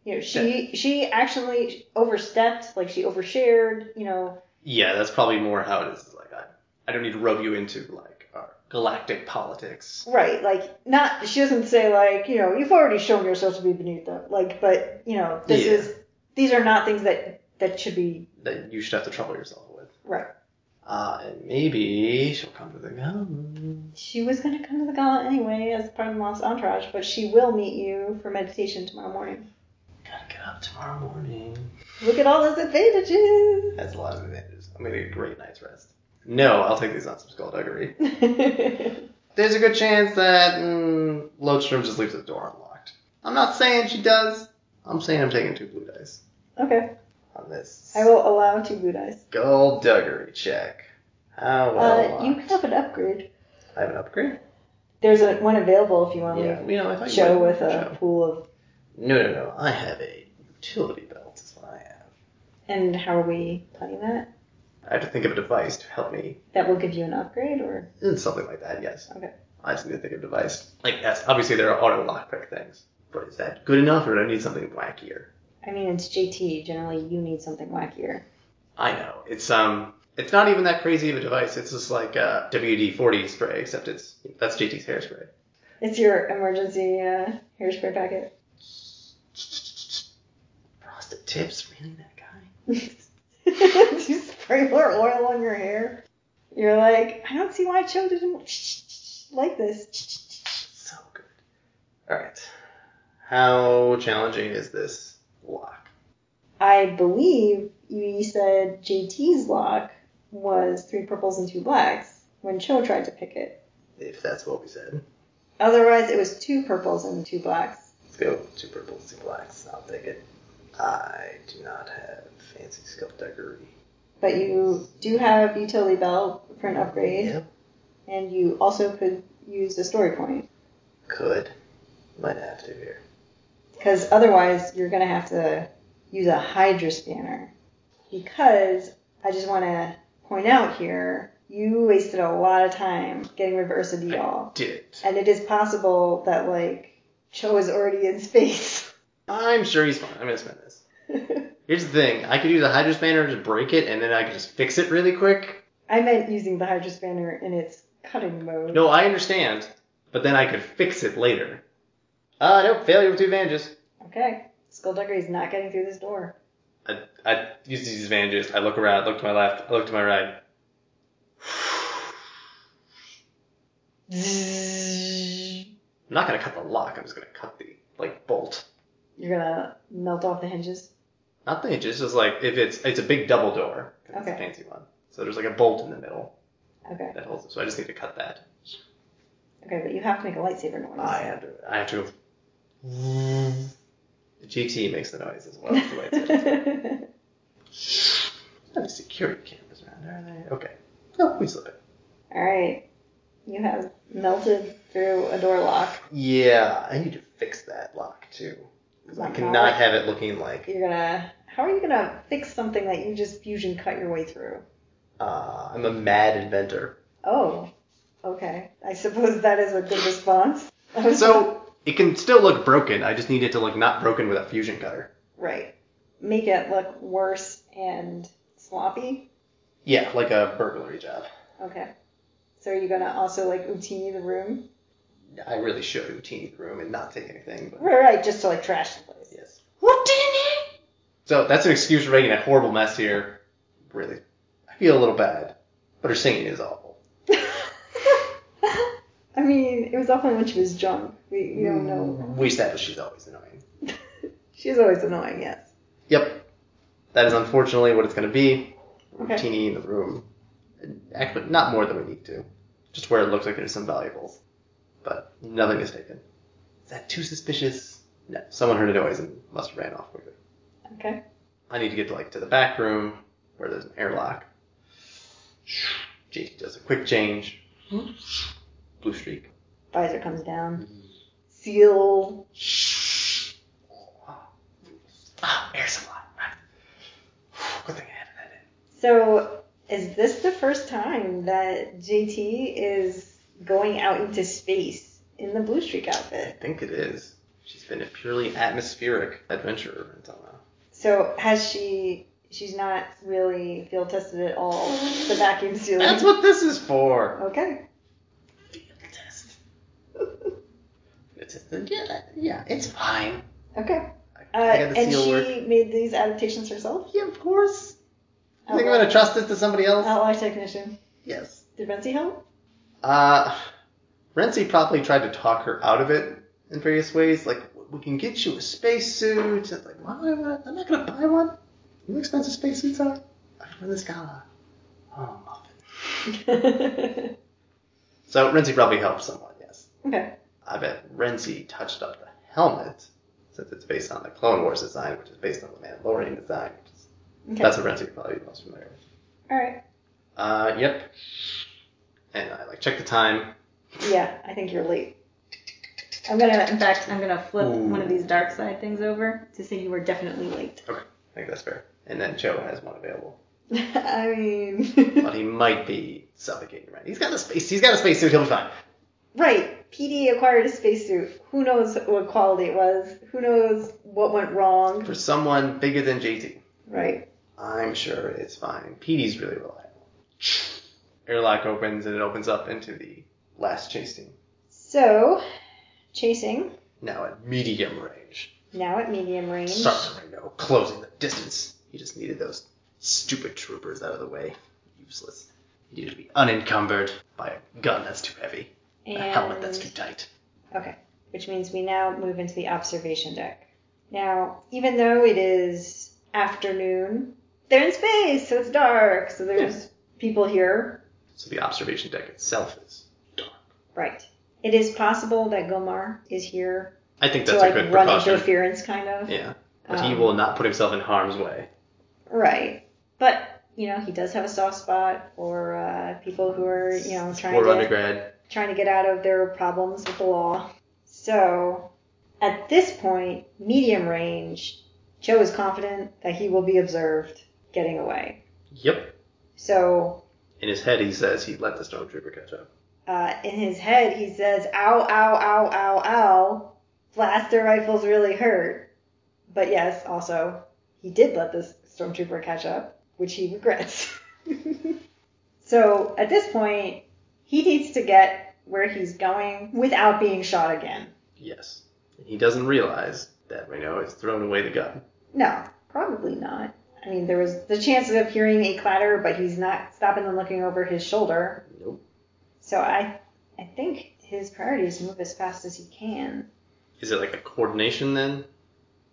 Speaker 2: you know, she, she actually overstepped, like, she overshared, you know.
Speaker 3: Yeah, that's probably more how it is. It's Like, I, I don't need to rub you into like our galactic politics.
Speaker 2: Right, like, not, she doesn't say, like, you know, you've already shown yourself to be beneath them. Like, but, you know, this
Speaker 3: Yeah.
Speaker 2: is, these are not things that, that should be,
Speaker 3: That you should have to trouble yourself with.
Speaker 2: right.
Speaker 3: Uh, and maybe she'll come to the "Oh, gum.
Speaker 2: She was going to come to the gala anyway as part of Moth's entourage, but she will meet you for meditation tomorrow morning.
Speaker 3: Gotta get up tomorrow morning.
Speaker 2: Look at all those advantages. [laughs]
Speaker 3: That's a lot of advantages. I'm gonna get a great night's rest. No, I'll take these on some skullduggery. There's a good chance that mm, Lodestrom just leaves the door unlocked. I'm not saying she does. I'm saying I'm taking two blue dice
Speaker 2: okay,
Speaker 3: on this
Speaker 2: I will allow two blue dice.
Speaker 3: skullduggery check. How well
Speaker 2: uh, you
Speaker 3: locked.
Speaker 2: have an upgrade.
Speaker 3: I have an upgrade.
Speaker 2: There's a, one available if you want to
Speaker 3: Yeah, you know I thought
Speaker 2: leave
Speaker 3: you
Speaker 2: show
Speaker 3: would.
Speaker 2: with a
Speaker 3: Show.
Speaker 2: pool of.
Speaker 3: No, no, no. I have a utility belt. Is what I have.
Speaker 2: And how are we playing that?
Speaker 3: I have to think of a device to help me
Speaker 2: That will give you an upgrade, or
Speaker 3: It's something like that, yes.
Speaker 2: Okay.
Speaker 3: I just need to think of a device. Like, yes, obviously there are auto lockpick things. But is that good enough, or do I need something wackier?
Speaker 2: I mean, it's JT. Generally, you need something wackier.
Speaker 3: I know. It's, um, it's not even that crazy of a device. It's just like uh, WD-40 spray, except it's, that's JT's hairspray.
Speaker 2: It's your emergency uh, hairspray packet. [laughs]
Speaker 3: Frosted tips? Really, that guy?
Speaker 2: you spray more oil on your hair. You're like, I don't see why Cho didn't like this.
Speaker 3: So good. Alright. How challenging is this lock?
Speaker 2: I believe you said JT's lock was three purples and two blacks when Cho tried to pick it.
Speaker 3: If that's what we said.
Speaker 2: Otherwise, it was two purples and two blacks.
Speaker 3: Let's go two purples, two blacks. I'll take it. I do not have fancy skullduggery.
Speaker 2: But you do have utility belt for an upgrade,
Speaker 3: Yep.
Speaker 2: and you also could use a story point
Speaker 3: Could. Might have to here.
Speaker 2: because otherwise you're gonna have to use a Hydra spanner. Because I just want to point out here, you wasted a lot of time getting rid of Ursa Dial.
Speaker 3: Did.
Speaker 2: And it is possible that like Cho is already in space. [laughs]
Speaker 3: I'm sure he's fine. I'm gonna spend this.
Speaker 2: I
Speaker 3: Here's the thing. I could use a Hydra Spanner to break it, and then I could just fix it really quick.
Speaker 2: meant using the Hydra Spanner in its cutting mode.
Speaker 3: No, I understand. But then I could fix it later. Ah, nope. Failure with two advantages.
Speaker 2: Okay. Skullduggery is not getting through this
Speaker 3: [laughs]
Speaker 2: door.
Speaker 3: I, I use these advantages. I look around. Look to my left. I look to my right. [sighs]
Speaker 2: You're
Speaker 3: I'm not gonna cut the lock. I'm just gonna cut the like bolt.
Speaker 2: gonna melt off the hinges.
Speaker 3: Not the hinges. Just like if it's it's a big double door. 'cause It's a
Speaker 2: Okay.
Speaker 3: fancy one. So there's like a bolt in the middle
Speaker 2: Okay.
Speaker 3: that holds it. So I just need to cut that.
Speaker 2: Okay, but you have to make a lightsaber noise.
Speaker 3: I have to. I have to. The GT makes the noise as well. As the lights hit.
Speaker 2: [laughs]
Speaker 3: [laughs] Not any security cameras around, are they? Okay. No, we slip it.
Speaker 2: Alright. You have melted through a door lock.
Speaker 3: Yeah, I need to fix that lock too, because I
Speaker 2: Lock
Speaker 3: cannot
Speaker 2: lock.
Speaker 3: have it looking like.
Speaker 2: You're gonna how are you gonna fix something that you just fusion cut your way through?
Speaker 3: Uh, I'm a mad inventor.
Speaker 2: Oh, okay. I suppose that is a good response. [laughs]
Speaker 3: So it can still look broken. I just need it to look not broken with a fusion cutter.
Speaker 2: right, make it look worse and sloppy.
Speaker 3: Yeah, like a burglary job.
Speaker 2: Okay. So are you gonna also like utini the room?
Speaker 3: I really should routine the room and not take anything. But
Speaker 2: Right, right, just to like trash the place.
Speaker 3: yes.
Speaker 2: What do you need?
Speaker 3: So that's an excuse for making a horrible mess here. Really, I feel a little bad, but her singing is awful.
Speaker 2: [laughs] I mean, it was awful when she was drunk. We, we don't know.
Speaker 3: We established she's always annoying.
Speaker 2: [laughs] She's always annoying. Yes.
Speaker 3: Yep. That is unfortunately what it's going to be.
Speaker 2: Okay.
Speaker 3: Teeny in the room. Actually, not more than we need to. Just where it looks like there's some valuables. But nothing is taken. Is that too suspicious? No. Someone heard a noise and must have ran off quickly.
Speaker 2: Okay.
Speaker 3: I need to get to, like to the back room where there's an airlock. JT does a quick change. Blue streak.
Speaker 2: Visor comes down.
Speaker 3: Mm-hmm.
Speaker 2: Seal.
Speaker 3: Ah, air supply. Right. Good thing I added that in.
Speaker 2: So is this the first time that JT is going out into space in the Blue Streak outfit?
Speaker 3: I think it is. She's been a purely atmospheric adventurer until now.
Speaker 2: So has she? She's not really field tested at all. The vacuum sealing.
Speaker 3: That's what this is for.
Speaker 2: Okay.
Speaker 3: Field test. [laughs] It's a- yeah, that- yeah, it's fine.
Speaker 2: Okay.
Speaker 3: I,
Speaker 2: Uh,
Speaker 3: I got the
Speaker 2: and
Speaker 3: seal
Speaker 2: she
Speaker 3: work.
Speaker 2: made these adaptations herself.
Speaker 3: Yeah, of course. You think I'm gonna trust this to somebody else?
Speaker 2: Outlaw technician.
Speaker 3: Yes.
Speaker 2: Did Bensi help? [laughs]
Speaker 3: Uh, Renzi probably tried to talk her out of it in various ways. Like, we can get you a spacesuit. It's like, why would I wanna- I'm not going to buy one. You know how expensive spacesuits are? I can win this gala. Oh, muffin.
Speaker 2: okay.
Speaker 3: So Renzi probably helped someone, yes. I bet Renzi touched up the helmet, since it's based on the Clone Wars design, which is based on the Mandalorian design. Which is,
Speaker 2: Okay.
Speaker 3: That's what Renzi probably is most familiar with.
Speaker 2: All right.
Speaker 3: Uh, yep. And I like check the time.
Speaker 2: Yeah, I think you're late. I'm gonna. In fact, I'm gonna flip one of these dark side things over to say you were definitely late.
Speaker 3: I think that's fair. And then Joe has one available.
Speaker 2: [laughs] I mean,
Speaker 3: but he might be suffocating right. He's got a space. He's got a spacesuit. He'll be fine.
Speaker 2: [laughs] right? PD acquired a spacesuit. Who knows what quality it was? Who knows what went wrong?
Speaker 3: For someone bigger than JT,
Speaker 2: Right.
Speaker 3: I'm sure it's fine. PD's really reliable. Airlock opens and it opens up into the last chase team.
Speaker 2: So, chasing
Speaker 3: Now at medium range.
Speaker 2: now at medium range.
Speaker 3: Starts the window, closing the distance. He just needed those stupid troopers out of the way. Useless. He needed to be unencumbered by a gun that's too heavy, a helmet that's
Speaker 2: And-
Speaker 3: too tight.
Speaker 2: Okay, which means we now move into the observation deck. Now, even though it is afternoon, they're in space, so it's dark, so there's people here.
Speaker 3: So the observation deck itself is dark.
Speaker 2: Right. It is possible that Gomar is here
Speaker 3: I think
Speaker 2: to
Speaker 3: that's
Speaker 2: like
Speaker 3: a good
Speaker 2: run
Speaker 3: precaution.
Speaker 2: interference, kind of.
Speaker 3: Yeah. But he
Speaker 2: Um,
Speaker 3: will not put himself in harm's way.
Speaker 2: Right. But you know, he does have a soft spot for uh, people who are you know trying
Speaker 3: Or
Speaker 2: to
Speaker 3: undergrad.
Speaker 2: trying to get out of their problems with the law. So, at this point, medium range, Joe is confident that he will be observed getting away.
Speaker 3: Yep.
Speaker 2: So,
Speaker 3: In his head, he says he let the stormtrooper catch up.
Speaker 2: uh, in his head, he says, ow, ow, ow, ow, ow, blaster rifles really hurt. But yes, also, he did let this stormtrooper catch up, which he regrets. [laughs] so, at this point, he needs to get where he's going without being shot again.
Speaker 3: Yes. And he doesn't realize that Reno has thrown away the gun.
Speaker 2: No, probably not. I mean, there was the chances of hearing a clatter, but he's not stopping and looking over his shoulder.
Speaker 3: Nope.
Speaker 2: So I, I think his priority is to move as fast as he can. [laughs]
Speaker 3: Is it like a coordination then?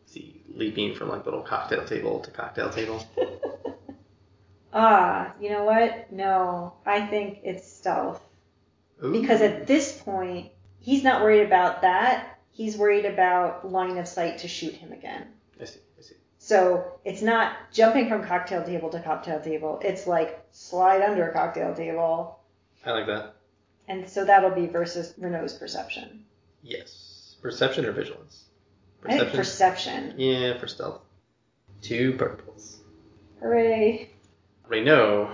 Speaker 3: Is he leaping from like little cocktail table to cocktail table?
Speaker 2: Ah, you know what? No, I think it's stealth
Speaker 3: Ooh.
Speaker 2: because at this point he's not worried about that. He's worried about line of sight to shoot him again.
Speaker 3: I see. I see.
Speaker 2: So it's not jumping from cocktail table to cocktail table. It's like slide under a cocktail table,
Speaker 3: I like that.
Speaker 2: and so that'll be versus Renault's perception.
Speaker 3: Yes. Perception or vigilance?
Speaker 2: I think perception.
Speaker 3: yeah, for stealth. Two purples.
Speaker 2: Hooray.
Speaker 3: Reno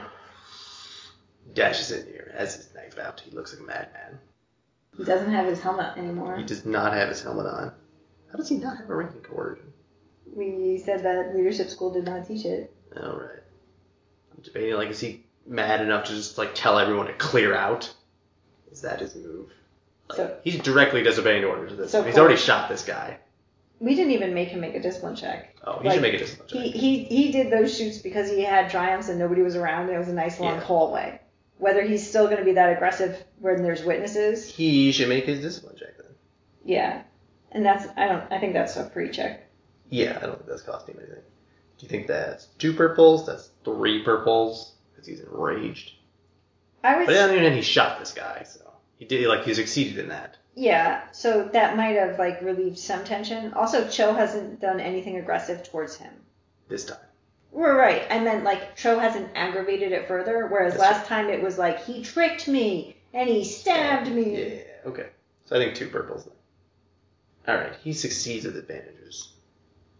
Speaker 3: dashes in here, has his knife out. He looks like a madman.
Speaker 2: He doesn't have his helmet
Speaker 3: He
Speaker 2: anymore.
Speaker 3: does not have his helmet on. How does he not have a ranking coercion?
Speaker 2: We said that leadership school did not teach it.
Speaker 3: All right. I'm debating like, is he mad enough to just like tell everyone to clear out? Is that his move? Like,
Speaker 2: So-
Speaker 3: he's directly disobeying orders at this.
Speaker 2: So
Speaker 3: point. he's
Speaker 2: cool.
Speaker 3: already shot this guy.
Speaker 2: We didn't even make him make a discipline check.
Speaker 3: Oh, he
Speaker 2: Like,
Speaker 3: should make a discipline check.
Speaker 2: He, he, he did those shoots because he had triumphs and nobody was around and it was a nice long
Speaker 3: Yeah.
Speaker 2: hallway. Whether he's still going to be that aggressive when there's witnesses,
Speaker 3: He should make his discipline check then.
Speaker 2: yeah. And that's I don't I think that's a free check.
Speaker 3: Yeah, I don't think that's costing him anything. Do you think that's two purples? That's three purples because he's enraged.
Speaker 2: I would
Speaker 3: But on the other hand, he shot this guy, so he did like he succeeded in that.
Speaker 2: yeah. So that might have like relieved some tension. Also, Cho hasn't done anything aggressive towards him.
Speaker 3: This time,
Speaker 2: We're right. I meant like Cho hasn't aggravated it further, whereas
Speaker 3: That's
Speaker 2: last time it was like he tricked me and he stabbed me.
Speaker 3: Yeah. Okay. So I think two purples. Then. All right. He succeeds with advantages,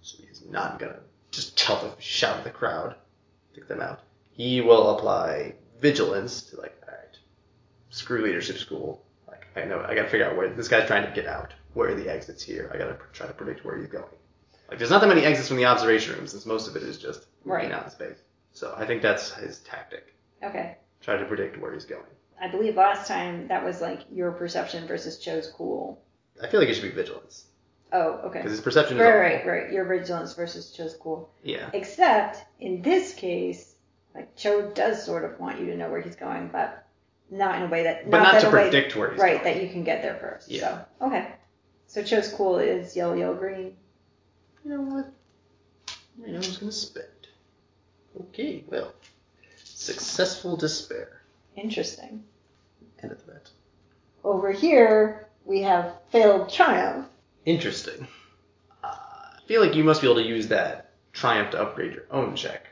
Speaker 3: so he's not gonna just tell the shout at the crowd, take them out. He will apply vigilance to like, all right, screw leadership school. Like I know I gotta figure out where this guy's trying to get out. Where are the exits here? I gotta pr- try to predict where he's going. Like there's not that many exits from the observation room since most of it is just
Speaker 2: Right.
Speaker 3: out in space. So I think that's his tactic.
Speaker 2: Okay.
Speaker 3: Try to predict where he's going.
Speaker 2: I believe last time that was like your perception versus Cho's cool.
Speaker 3: I feel like it should be vigilance
Speaker 2: Oh, okay.
Speaker 3: because his perception is
Speaker 2: Right,
Speaker 3: awful.
Speaker 2: right, right. Your vigilance versus Cho's cool.
Speaker 3: Yeah.
Speaker 2: Except in this case, like Cho does sort of want you to know where he's going, but not in a way that
Speaker 3: but not,
Speaker 2: that
Speaker 3: to
Speaker 2: a way-
Speaker 3: predict where he's
Speaker 2: right
Speaker 3: going.
Speaker 2: that you can get there first.
Speaker 3: Yeah.
Speaker 2: So okay, so Cho's cool is yellow, yellow, green.
Speaker 3: You know what? I know who's gonna spend. Okay, well, successful despair.
Speaker 2: Interesting.
Speaker 3: End of that.
Speaker 2: Over here we have failed triumph.
Speaker 3: Interesting. I feel like you must be able to use that triumph to upgrade your own check,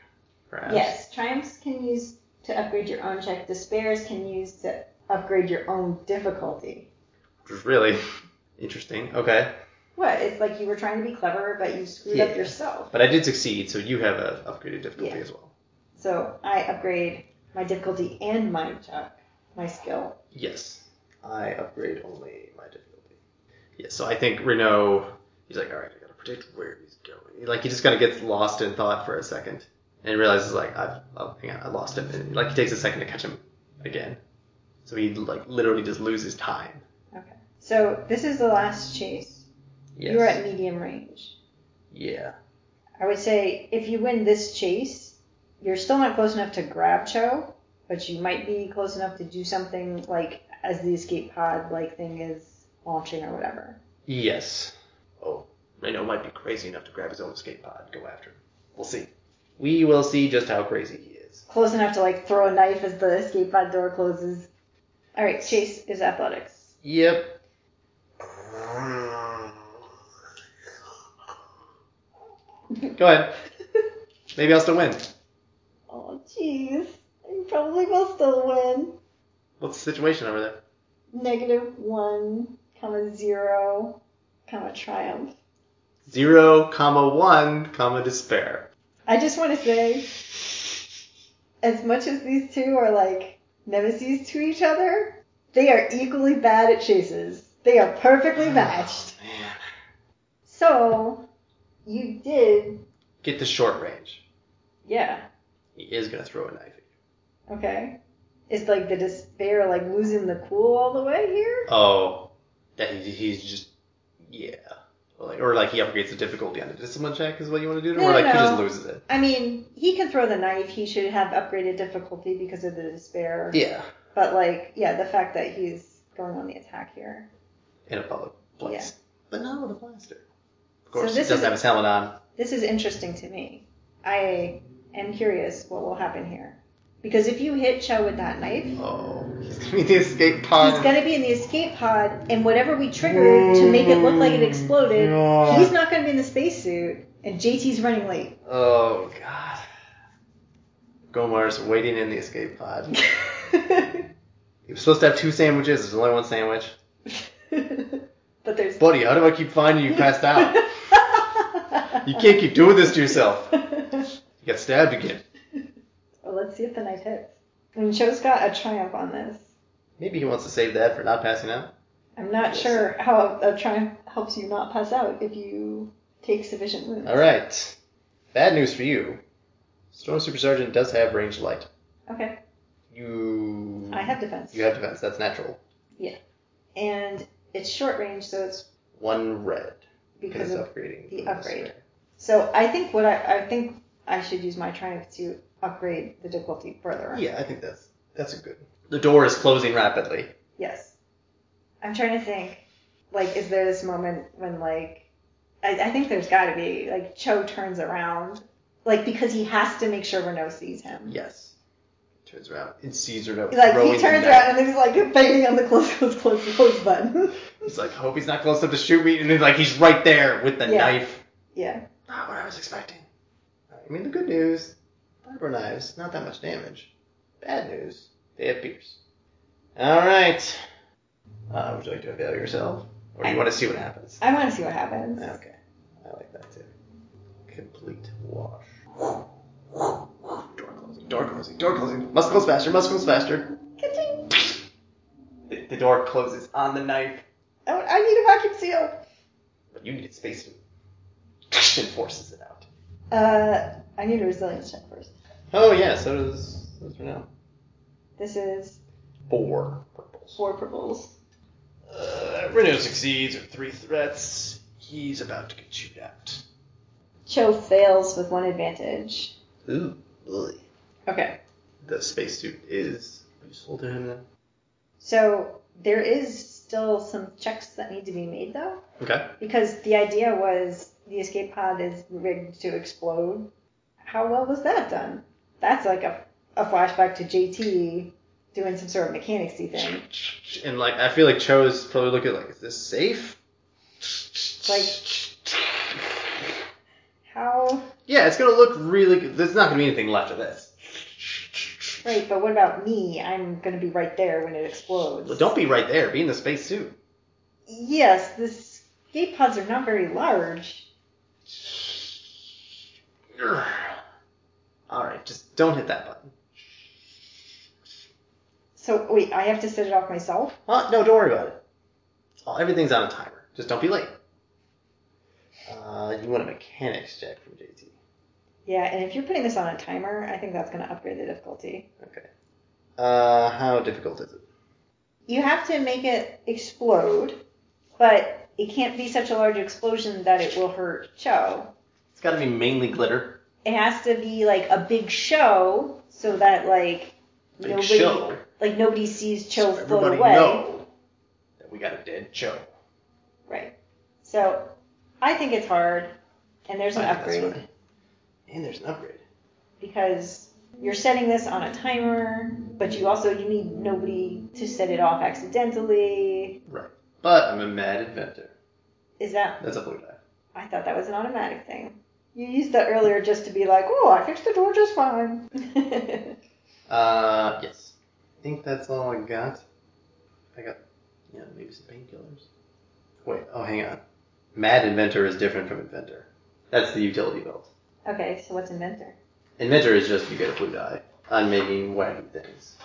Speaker 3: perhaps.
Speaker 2: Yes, triumphs can use to upgrade your own check. Despairs can use to upgrade your own difficulty.
Speaker 3: Which is really [laughs] interesting. Okay,
Speaker 2: What? It's like you were trying to be clever, but you screwed
Speaker 3: Yeah.
Speaker 2: up yourself.
Speaker 3: but I did succeed, so you have a upgraded difficulty
Speaker 2: Yeah.
Speaker 3: as well.
Speaker 2: So I upgrade my difficulty and my check, my skill.
Speaker 3: Yes, I upgrade only my difficulty. Yes, so I think Renault, he's like, all right, I gotta predict where he's going. Like he just kind of gets lost in thought for a second and realizes like, I've, oh, hang on, I lost him, and like he takes a second to catch him again. So he like literally just loses time.
Speaker 2: Okay. So this is the last chase.
Speaker 3: Yes.
Speaker 2: You're at medium range.
Speaker 3: Yeah.
Speaker 2: I would say if you win this chase, you're still not close enough to grab Cho, but you might be close enough to do something like as the escape pod like thing is launching or whatever.
Speaker 3: Yes. Oh, Reno might be crazy enough to grab his own escape pod and go after him. We'll see. We will see just how crazy he is.
Speaker 2: Close enough to like throw a knife as the escape pod door closes. All right, chase is athletics.
Speaker 3: Yep. Go ahead. Maybe I'll still win.
Speaker 2: [laughs] Oh, jeez. I probably will still win.
Speaker 3: What's the situation over there?
Speaker 2: Negative one, comma zero, comma triumph.
Speaker 3: Zero, comma one, comma despair.
Speaker 2: I just want to say, as much as these two are like nemesis to each other, they are equally bad at chases. They are
Speaker 3: [sighs]
Speaker 2: perfectly matched.
Speaker 3: Oh, Man.
Speaker 2: So, you did.
Speaker 3: Get the short range.
Speaker 2: Yeah.
Speaker 3: He is gonna throw a knife. at you.
Speaker 2: Okay. Is like the despair like losing the cool all the way here?
Speaker 3: Oh, that he, he's just yeah. Or like, or like he upgrades the difficulty on the discipline check is what you want to do, to him?
Speaker 2: No,
Speaker 3: or like
Speaker 2: no,
Speaker 3: he just
Speaker 2: no.
Speaker 3: loses it.
Speaker 2: I mean, he can throw the knife. He should have upgraded difficulty because of the despair.
Speaker 3: Yeah.
Speaker 2: But like, yeah, the fact that he's going on the attack here.
Speaker 3: In a public place, but not with a blaster. Of
Speaker 2: So
Speaker 3: course, he
Speaker 2: this
Speaker 3: doesn't
Speaker 2: is-
Speaker 3: have his helmet on.
Speaker 2: This is interesting to me. I am curious what will happen here. Because if you hit Cho with that knife, he's
Speaker 3: Oh, [laughs] he's gonna be the escape pod.
Speaker 2: gonna be in the escape pod, and whatever we triggered to make it look like it exploded,
Speaker 3: God.
Speaker 2: he's not gonna be in the spacesuit, and JT's running late. [laughs]
Speaker 3: Oh god. Gomar's waiting in the escape pod. He was supposed to have two sandwiches. There's only one sandwich.
Speaker 2: but there's
Speaker 3: Buddy, how do I keep finding you
Speaker 2: [laughs]
Speaker 3: passed out? You can't keep doing this to yourself. You got stabbed again.
Speaker 2: Well, let's see if the knife hits. And Cho's got a triumph on this.
Speaker 3: Maybe he wants to save that for not passing out.
Speaker 2: I'm not
Speaker 3: Yes.
Speaker 2: sure how a triumph helps you not pass out if you take sufficient wounds.
Speaker 3: All right. Bad news for you. Storm Super Sergeant does have ranged light.
Speaker 2: Okay.
Speaker 3: You.
Speaker 2: I have defense.
Speaker 3: You have defense. That's natural.
Speaker 2: And it's short range, so it's
Speaker 3: One red
Speaker 2: because
Speaker 3: because it's
Speaker 2: of.
Speaker 3: upgrading.
Speaker 2: the
Speaker 3: from this
Speaker 2: upgrade.
Speaker 3: red.
Speaker 2: So I think what I, I think I should use my triumph to upgrade the difficulty further.
Speaker 3: Yeah, I think that's that's a good. The door is closing rapidly.
Speaker 2: Yes. I'm trying to think. Like, is there this moment when like, I, I think there's got to be like Cho turns around, like because he has to make sure Renault sees him.
Speaker 3: Yes. Turns around and sees her. to-
Speaker 2: Like
Speaker 3: throwing
Speaker 2: he
Speaker 3: the
Speaker 2: turns
Speaker 3: knife.
Speaker 2: around and he's like banging on the close, close, close, close button. [laughs]
Speaker 3: He's like, I hope he's not close enough to shoot me. And then like he's right there with the
Speaker 2: Yeah.
Speaker 3: knife.
Speaker 2: yeah.
Speaker 3: Not what I was expecting. I mean, the good news, fiber knives, not that much damage. Bad news, they have pierce. All right. Uh, would you like to avail yourself, or do you want to see what happens?
Speaker 2: I want to see what happens.
Speaker 3: Okay, I like that too. Complete wash. Door closing. Door closing. Door closing. Must close faster. Must close faster.
Speaker 2: Ka-ching.
Speaker 3: The, the door closes on the knife.
Speaker 2: I, I need a vacuum seal.
Speaker 3: But you need a spacesuit. And forces it out.
Speaker 2: Uh, I need a resilience check first.
Speaker 3: Oh yeah, so does so does Renault.
Speaker 2: This is
Speaker 3: Four purples.
Speaker 2: four purples.
Speaker 3: Uh, Renault succeeds with three threats. He's about to get chewed out.
Speaker 2: Cho fails with one advantage.
Speaker 3: Ooh, boy.
Speaker 2: Okay.
Speaker 3: the spacesuit is useful to him then.
Speaker 2: So there is still some checks that need to be made though,
Speaker 3: Okay.
Speaker 2: because the idea was the escape pod is rigged to explode. How well was that done? That's like a, a flashback to JT doing some sort of mechanicsy thing.
Speaker 3: And like I feel like Cho is probably looking like, is this safe?
Speaker 2: Like- How
Speaker 3: Yeah, it's gonna look really good. There's not gonna be anything left of this.
Speaker 2: right? But what about me? I'm gonna be right there when it explodes.
Speaker 3: Well, don't be right there, be in the spacesuit.
Speaker 2: Yes, the escape pods are not very large.
Speaker 3: Alright, just don't hit that button.
Speaker 2: So wait, I have to set it off myself.
Speaker 3: Huh? No, don't worry about it. Oh, everything's on a timer. Just don't be late. Uh, you want a mechanics check from JT.
Speaker 2: Yeah, and if you're putting this on a timer, I think that's going to upgrade the difficulty.
Speaker 3: Okay. Uh, how difficult is it?
Speaker 2: You have to make it explode, but it can't be such a large explosion that it will hurt Cho.
Speaker 3: It's gotta be mainly glitter.
Speaker 2: It has to be like a big show so that like
Speaker 3: Big
Speaker 2: nobody
Speaker 3: show.
Speaker 2: like nobody sees Cho float
Speaker 3: Everybody
Speaker 2: away.
Speaker 3: know that we got a dead Joe.
Speaker 2: Right. So I think it's hard, and there's an
Speaker 3: I think that's
Speaker 2: upgrade.
Speaker 3: fine. And there's an upgrade.
Speaker 2: because you're setting this on a timer, but you also you need nobody to set it off accidentally.
Speaker 3: Right. But I'm a mad inventor.
Speaker 2: Is that
Speaker 3: That's a blue die.
Speaker 2: I thought that was an automatic thing. You used that earlier just to be like, "Oh, I fixed the door just fine." [laughs]
Speaker 3: Uh, yes. I think that's all I got. I got, yeah, maybe some painkillers. Wait, oh, hang on. Mad inventor is different from inventor. That's the utility belt.
Speaker 2: okay, so what's inventor?
Speaker 3: Inventor is just you get a blue die on making wacky things.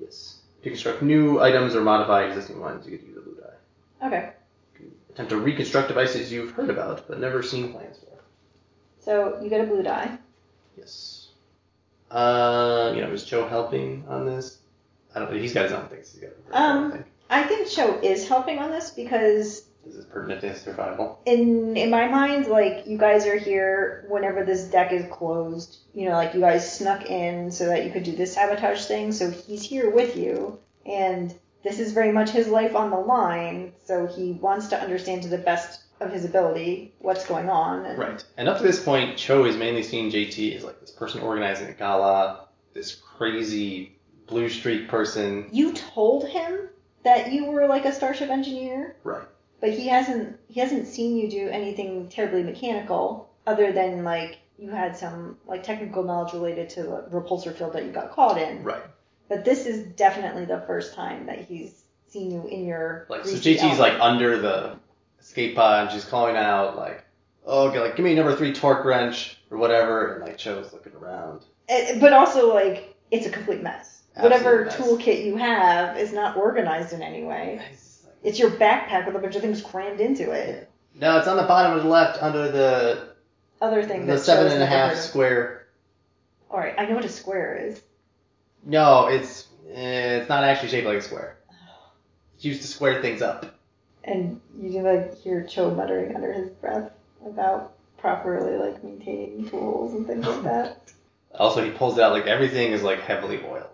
Speaker 3: Yes. To construct new items or modify existing ones, you get to use a blue die.
Speaker 2: Okay.
Speaker 3: Attempt to reconstruct devices you've heard about but never seen plans for.
Speaker 2: So you get a blue die.
Speaker 3: Yes. Uh, you know, is Joe helping on this? I don't. He's got his own things. He's got.
Speaker 2: Um.
Speaker 3: I think.
Speaker 2: I think Cho is helping on this because
Speaker 3: This is pertinent to his survival.
Speaker 2: in in my mind, like you guys are here whenever this deck is closed. You know, like you guys snuck in so that you could do this sabotage thing. So he's here with you, and this is very much his life on the line. So he wants to understand to the best of his ability what's going on. And
Speaker 3: Right. And up to this point, Cho is mainly seen JT as like this person organizing a gala, this crazy blue streak person.
Speaker 2: You told him that you were like a starship engineer,
Speaker 3: Right.
Speaker 2: but he hasn't he hasn't seen you do anything terribly mechanical other than like you had some like technical knowledge related to the repulsor field that you got caught in.
Speaker 3: Right.
Speaker 2: But this is definitely the first time that he's seen you in your
Speaker 3: Like so,
Speaker 2: greasy
Speaker 3: JT's
Speaker 2: outfit.
Speaker 3: like under the escape pod. She's calling out like, "Oh, g- like give me number three torque wrench or whatever," and like Cho's looking around.
Speaker 2: Eh, but also like it's a complete mess.
Speaker 3: Absolute
Speaker 2: Whatever
Speaker 3: mess.
Speaker 2: toolkit you have is not organized in any way.
Speaker 3: He's just like,
Speaker 2: It's your backpack with a bunch of things crammed into it.
Speaker 3: no, it's on the bottom of the left under the
Speaker 2: Other things.
Speaker 3: The
Speaker 2: that
Speaker 3: seven
Speaker 2: Joe's
Speaker 3: and a
Speaker 2: never
Speaker 3: half
Speaker 2: heard of.
Speaker 3: square.
Speaker 2: All right, I know what a square is.
Speaker 3: No, it's eh, it's not actually shaped like a square. It's used to square things up.
Speaker 2: And you do like hear Cho muttering under his breath about properly like maintaining tools and things like that.
Speaker 3: Also, he pulls it out like everything is like heavily oiled.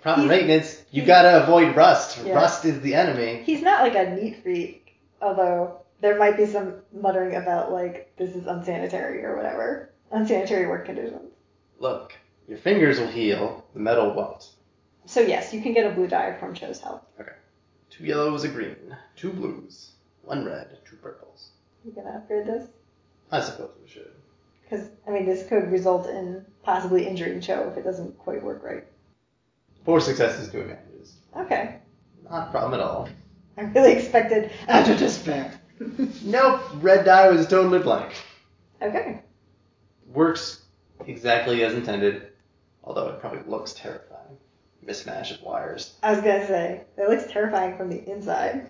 Speaker 3: Proper
Speaker 2: He's-
Speaker 3: maintenance. You
Speaker 2: he's-
Speaker 3: gotta avoid rust.
Speaker 2: Yeah.
Speaker 3: Rust is the enemy.
Speaker 2: He's not like a neat freak, although there might be some muttering about like this is unsanitary or whatever. Unsanitary work conditions.
Speaker 3: Look, your fingers will heal. The metal won't.
Speaker 2: So yes, you can get a blue die from Cho's help.
Speaker 3: Two yellows, a green, two blues, one red, two purples.
Speaker 2: You can upgrade this
Speaker 3: I suppose we should.
Speaker 2: because I mean this could result in possibly injuring Cho if it doesn't quite work right.
Speaker 3: Four successes, two advantages.
Speaker 2: Okay,
Speaker 3: Not a problem at all.
Speaker 2: I really expected [laughs] out of despair.
Speaker 3: Nope. Red die was totally blank.
Speaker 2: Okay,
Speaker 3: works exactly as intended, although it probably looks terrifying. Mismatch of wires.
Speaker 2: I was gonna say it looks terrifying from the inside.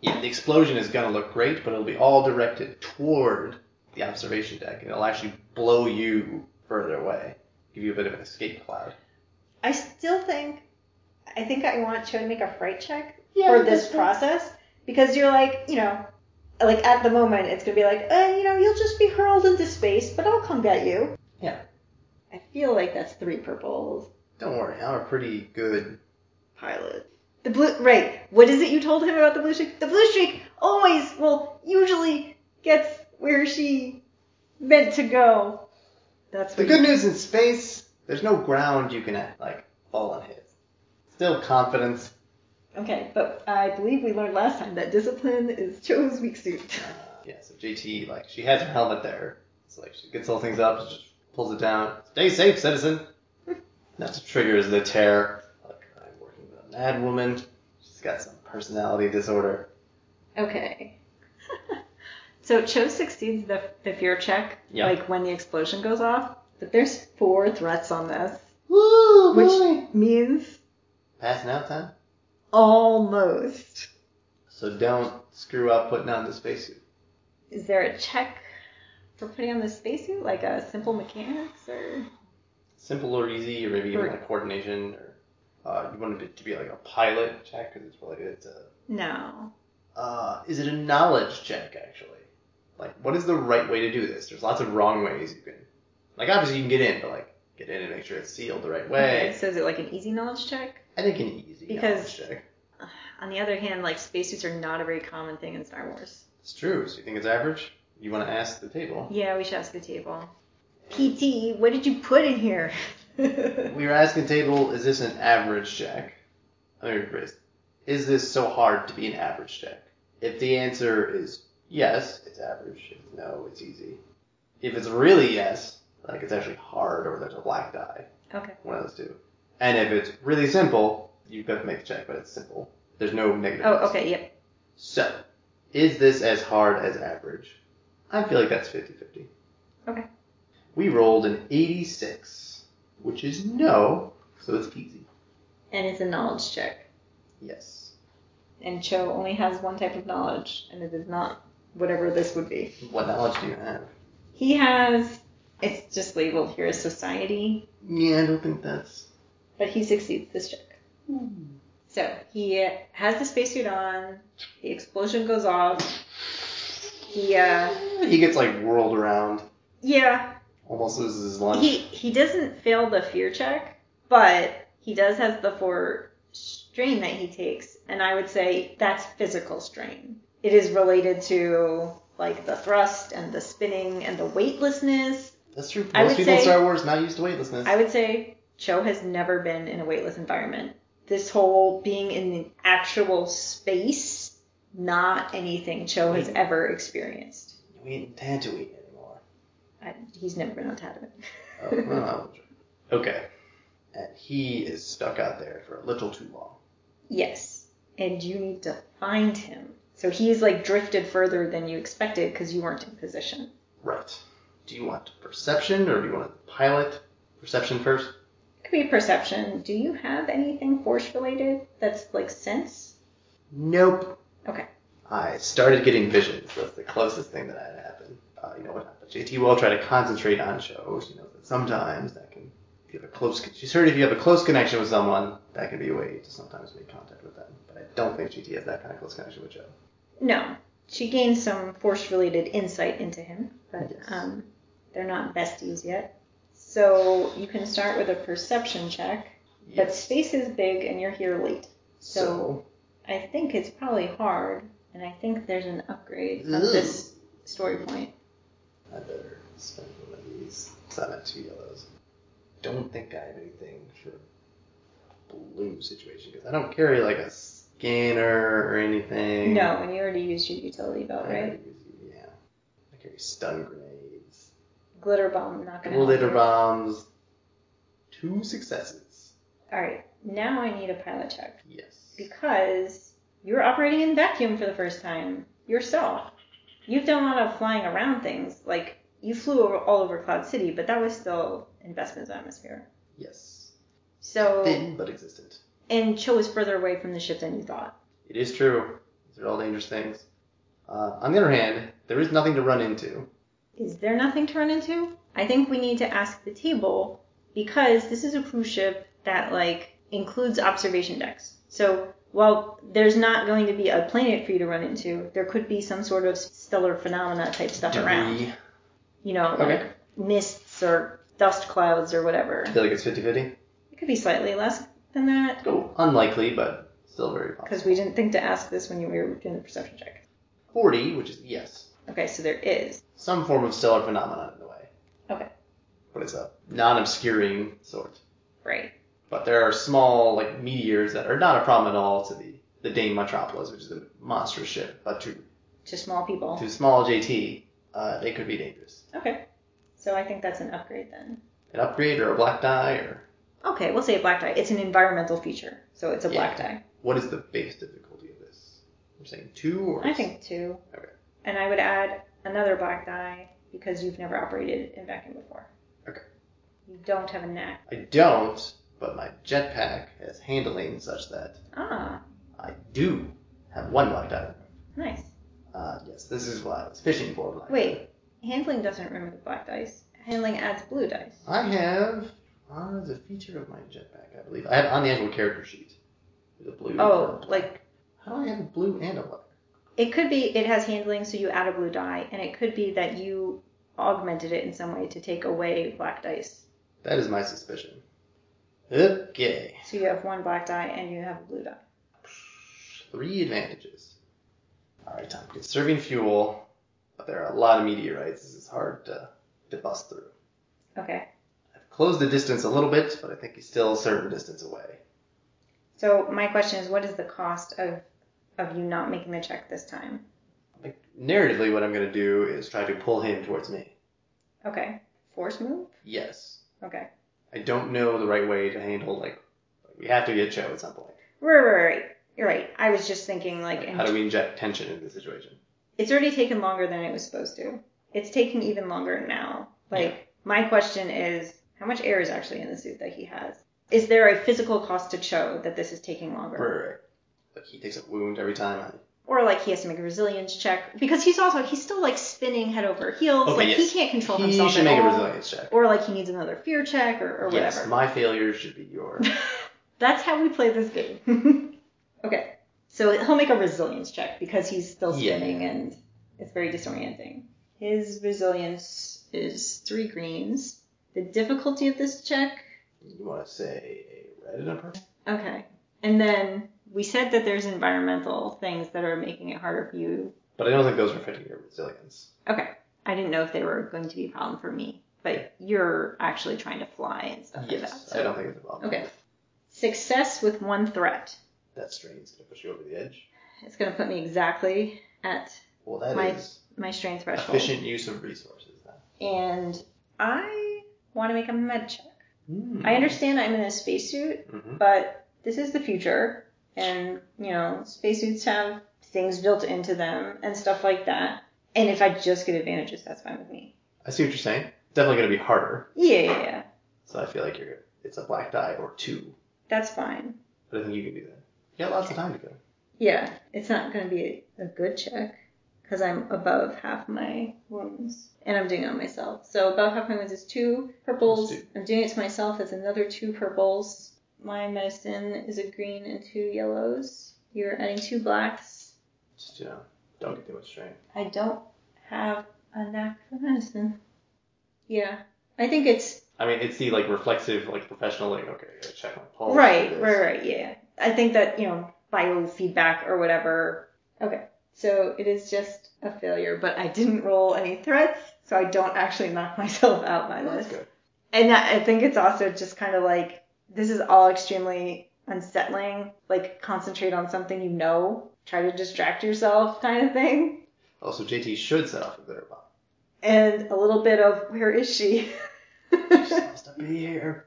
Speaker 3: Yeah, the explosion is going to look great, but it'll be all directed toward the observation deck, and it'll actually blow you further away, give you a bit of an escape cloud.
Speaker 2: I still think I think I want Cho to make a fright check
Speaker 1: Yeah,
Speaker 2: for
Speaker 1: but
Speaker 2: this
Speaker 1: that's fine.
Speaker 2: process because you're like, you know, like at the moment it's gonna be like, uh, you know, you'll just be hurled into space, but I'll come get you.
Speaker 3: Yeah.
Speaker 2: I I feel like that's three purples.
Speaker 3: Don't worry, I'm a pretty good.
Speaker 2: Pilot. The blue, right? What is it you told him about the blue streak? The blue streak always, well, usually gets where she meant to go. That's
Speaker 3: The
Speaker 2: what
Speaker 3: good
Speaker 2: you-
Speaker 3: news in space, there's no ground you can like fall on hit. Still confidence.
Speaker 2: Okay, but I believe we learned last time that discipline is Cho's weak suit. [laughs]
Speaker 3: Yeah, so JT like she has her helmet there. So like she gets all things up, just pulls it down. Stay safe, citizen. That's what triggers the tear. Like I'm working with an ad woman. She's got some personality disorder.
Speaker 2: Okay. [laughs] so Cho succeeds the, the fear check,
Speaker 3: Yeah.
Speaker 2: like when the explosion goes off. But there's four threats on this,
Speaker 3: Woo,
Speaker 2: which means
Speaker 3: Passing out time.
Speaker 2: almost.
Speaker 3: So don't screw up putting on the spacesuit.
Speaker 2: Is there a check for putting on the spacesuit, like a simple mechanics or?
Speaker 3: Simple or easy, or maybe even
Speaker 2: Right.
Speaker 3: like coordination, or uh, you want it to be like a pilot check because it's related to
Speaker 2: No.
Speaker 3: uh, is it a knowledge check actually? Like, what is the right way to do this? There's lots of wrong ways you can. Like, obviously you can get in, but like, get in and make sure it's sealed the right way.
Speaker 2: Okay, so is it like an easy knowledge check?
Speaker 3: I think an easy
Speaker 2: Because-
Speaker 3: knowledge check.
Speaker 2: On the other hand, like spacesuits are not a very common thing in Star Wars.
Speaker 3: It's true. So you think it's average? You want to ask the table.
Speaker 2: Yeah, we should ask the table. PT, what did you put in here? [laughs]
Speaker 3: We were asking the table, is this an average check? Let me rephrase. Is this so hard to be an average check? If the answer is yes, it's average. If no, it's easy. If it's really yes, like it's actually hard or there's a black die.
Speaker 2: okay.
Speaker 3: one of those two. And if it's really simple, you have to make the check, but it's simple. There's no negative.
Speaker 2: Oh, okay, yep.
Speaker 3: So, is this as hard as average? I feel like that's 50 50.
Speaker 2: Okay.
Speaker 3: We rolled an 86, which is no, so it's easy.
Speaker 2: And it's a knowledge check.
Speaker 3: Yes.
Speaker 2: And Cho only has one type of knowledge, and it is not whatever this would be.
Speaker 3: What knowledge do you have?
Speaker 2: He has, it's just labeled here as society,
Speaker 3: Yeah, I don't think that's.
Speaker 2: but he succeeds this check. Hmm. So he has the spacesuit on, the explosion goes off. He, uh,
Speaker 3: He gets like whirled around,
Speaker 2: yeah,
Speaker 3: almost loses his lunch.
Speaker 2: he, he doesn't fail the fear check, but he does have the four strain that he takes, and I would say that's physical strain. It is related to like the thrust and the spinning and the weightlessness.
Speaker 3: that's true.
Speaker 2: I
Speaker 3: Most
Speaker 2: would
Speaker 3: people in
Speaker 2: say-
Speaker 3: Star Wars not used to weightlessness.
Speaker 2: I would say Cho has never been in a weightless environment. This whole being in an actual space, not anything Cho has ever experienced.
Speaker 3: we ain't Tatooine anymore.
Speaker 2: I, he's never been on Tatooine.
Speaker 3: Oh, well, okay. And he is stuck out there for a little too long.
Speaker 2: Yes. And you need to find him. So he's like drifted further than you expected because you weren't in position.
Speaker 3: Right. Do you want perception or do you want to pilot? Perception first?
Speaker 2: Could be perception. Do you have anything force related that's like sense?
Speaker 3: Nope.
Speaker 2: Okay.
Speaker 3: I started getting visions. That's the closest thing that had happened. Uh, you know what? But JT will try to concentrate on shows. You know that sometimes that can, if you have a close, con- she's heard if you have a close connection with someone, that can be a way to sometimes make contact with them. But I don't think GT has that kind of close connection with Joe.
Speaker 2: No. She gained some force related insight into him, but
Speaker 3: Yes.
Speaker 2: um, they're not besties yet. So you can start with a perception check. But space is big and you're here late.
Speaker 3: So,
Speaker 2: I think it's probably hard, and I think there's an upgrade of
Speaker 3: Ooh.
Speaker 2: this story point.
Speaker 3: I better spend one of these. So I'm at two yellows. Don't think I have anything for blue situation because I don't carry like a scanner or anything.
Speaker 2: No, and you already used your utility belt,
Speaker 3: I
Speaker 2: right?
Speaker 3: use- yeah. I carry stun grenades,
Speaker 2: Glitter bomb, not gonna. help
Speaker 3: glitter
Speaker 2: you.
Speaker 3: bombs, two successes.
Speaker 2: All right, now I need a pilot check
Speaker 3: Yes.
Speaker 2: because you're operating in vacuum for the first time yourself. You've done a lot of flying around things, like you flew over, all over Cloud City, but that was still in Bestman's atmosphere.
Speaker 3: Yes.
Speaker 2: So,
Speaker 3: Thin but existent.
Speaker 2: and Cho was further away from the ship than you thought.
Speaker 3: It is true. These are all dangerous things. Uh, on the other hand, there is nothing to run into.
Speaker 2: Is there nothing to run into? I think we need to ask the table because this is a cruise ship that like includes observation decks. So while there's not going to be a planet for you to run into, there could be some sort of stellar phenomena type stuff around.
Speaker 3: Debris.
Speaker 2: You know,
Speaker 3: Okay.
Speaker 2: like mists or dust clouds or whatever.
Speaker 3: I feel like it's 50 50.
Speaker 2: It could be slightly less than that
Speaker 3: Go unlikely, but still very possible.
Speaker 2: because we didn't think to ask this when you were doing the perception check.
Speaker 3: 40, which is yes.
Speaker 2: Okay, so there is.
Speaker 3: Some form of stellar phenomenon in a way.
Speaker 2: Okay.
Speaker 3: What is a non obscuring sort.
Speaker 2: Right.
Speaker 3: But there are small, like, meteors that are not a problem at all to the, the Dane Metropolis, which is a monstrous ship. But to,
Speaker 2: To small people.
Speaker 3: to small JT, uh, they could be dangerous.
Speaker 2: Okay. So I think that's an upgrade then.
Speaker 3: An upgrade or a black die, or
Speaker 2: Okay, we'll say a black die. It's an environmental feature, so it's a black die.
Speaker 3: what is the base difficulty of this? We're saying two or
Speaker 2: I think two.
Speaker 3: Okay.
Speaker 2: And I would add another black die because you've never operated in vacuum before.
Speaker 3: Okay.
Speaker 2: You don't have a knack.
Speaker 3: I don't, but my jetpack has handling such that
Speaker 2: Ah,
Speaker 3: I do have one black die.
Speaker 2: nice.
Speaker 3: Uh, yes, this is what I was fishing for. Black
Speaker 2: Wait, handling doesn't remove black dice. Handling adds blue dice.
Speaker 3: I have uh, the feature of my jetpack, I believe. I have on the actual character sheet. The blue.
Speaker 2: Oh, like
Speaker 3: how do I have a blue and a black?
Speaker 2: it could be it has handling, so you add a blue die, and it could be that you augmented it in some way to take away black dice.
Speaker 3: That is my suspicion. Okay,
Speaker 2: So you have one black die and you have a blue die.
Speaker 3: three advantages. All right, time conserving fuel, but there are a lot of meteorites. This is hard to to bust through.
Speaker 2: Okay.
Speaker 3: I've closed the distance a little bit, but I think he's still a certain distance away.
Speaker 2: So my question is, what is the cost of of you not making the check this time?
Speaker 3: Like, narratively, what I'm going to do is try to pull him towards me.
Speaker 2: Okay. Force move?
Speaker 3: Yes,
Speaker 2: Okay.
Speaker 3: I don't know the right way to handle like we have to get Joe at some point.
Speaker 2: Right, right, right. You're right. I was just thinking like
Speaker 3: Like,
Speaker 2: in-
Speaker 3: how do we inject tension into the situation?
Speaker 2: it's already taken longer than it was supposed to. It's taking even longer now. Like
Speaker 3: Yeah.
Speaker 2: my question is, how much air is actually in the suit that he has? Is there a physical cost to Cho that this is taking longer?
Speaker 3: Right, right, right. Like he takes a wound every time.
Speaker 2: Or like he has to make a resilience check because he's also he's still like spinning head over heels.
Speaker 3: Okay,
Speaker 2: like
Speaker 3: yes.
Speaker 2: he can't control
Speaker 3: he
Speaker 2: himself
Speaker 3: should
Speaker 2: at
Speaker 3: make
Speaker 2: all.
Speaker 3: a resilience check.
Speaker 2: Or like he needs another fear check or, or
Speaker 3: yes,
Speaker 2: whatever.
Speaker 3: my failure should be your.
Speaker 2: [laughs] That's how we play this game. [laughs] okay. So he'll make a resilience check because he's still
Speaker 3: Yeah.
Speaker 2: spinning and it's very disorienting. His resilience is three greens. The difficulty of this check.
Speaker 3: you want to say a red and a purple?
Speaker 2: Okay. And then we said that there's environmental things that are making it harder for you.
Speaker 3: But I don't think those are affecting your resilience.
Speaker 2: Okay. I didn't know if they were going to be a problem for me, but you're actually trying to fly and stuff like that.
Speaker 3: Yes, I
Speaker 2: so-
Speaker 3: don't think it's a problem.
Speaker 2: Okay. Success with one threat.
Speaker 3: That strain's gonna push you over the edge.
Speaker 2: It's going to put me exactly at
Speaker 3: Well, that is
Speaker 2: My my strain threshold.
Speaker 3: efficient use of resources. Then.
Speaker 2: And I want to make a med check.
Speaker 3: Hmm.
Speaker 2: I understand I'm in a spacesuit,
Speaker 3: Mhm.
Speaker 2: but this is the future. And, you know, spacesuits have things built into them and stuff like that. And if I just get advantages, that's fine with me.
Speaker 3: I see what you're saying. It's definitely gonna be harder.
Speaker 2: Yeah, yeah, yeah.
Speaker 3: So I feel like you're. It's a black die or two.
Speaker 2: That's fine.
Speaker 3: But I think you can do that. You got lots of time to go.
Speaker 2: Yeah, it's not going to be a good check because I'm above half my wounds and I'm doing it on myself. So above half my wounds is two purples.
Speaker 3: Let's do
Speaker 2: I'm doing it to myself. It's another two purples. My medicine is a green and two yellows. You're adding two blacks.
Speaker 3: Just you know, don't get too much strain.
Speaker 2: I don't have a knack for medicine. Yeah, I think it's
Speaker 3: I mean, it's the like reflexive, like professional, like okay, I gotta check my pulse.
Speaker 2: right,
Speaker 3: do this.
Speaker 2: right, right. Yeah, I think that you know biofeedback or whatever. Okay, so it is just a failure, but I didn't roll any threats, so I don't actually knock [laughs] myself out by
Speaker 3: Oh, That's
Speaker 2: this.
Speaker 3: good.
Speaker 2: And that, I think it's also just kind of like this is all extremely unsettling. Like concentrate on something you know, try to distract yourself, kind of thing.
Speaker 3: Also, JT should set off a glitter bomb.
Speaker 2: [laughs] And a little bit of where is she? [laughs]
Speaker 3: She's supposed to be here.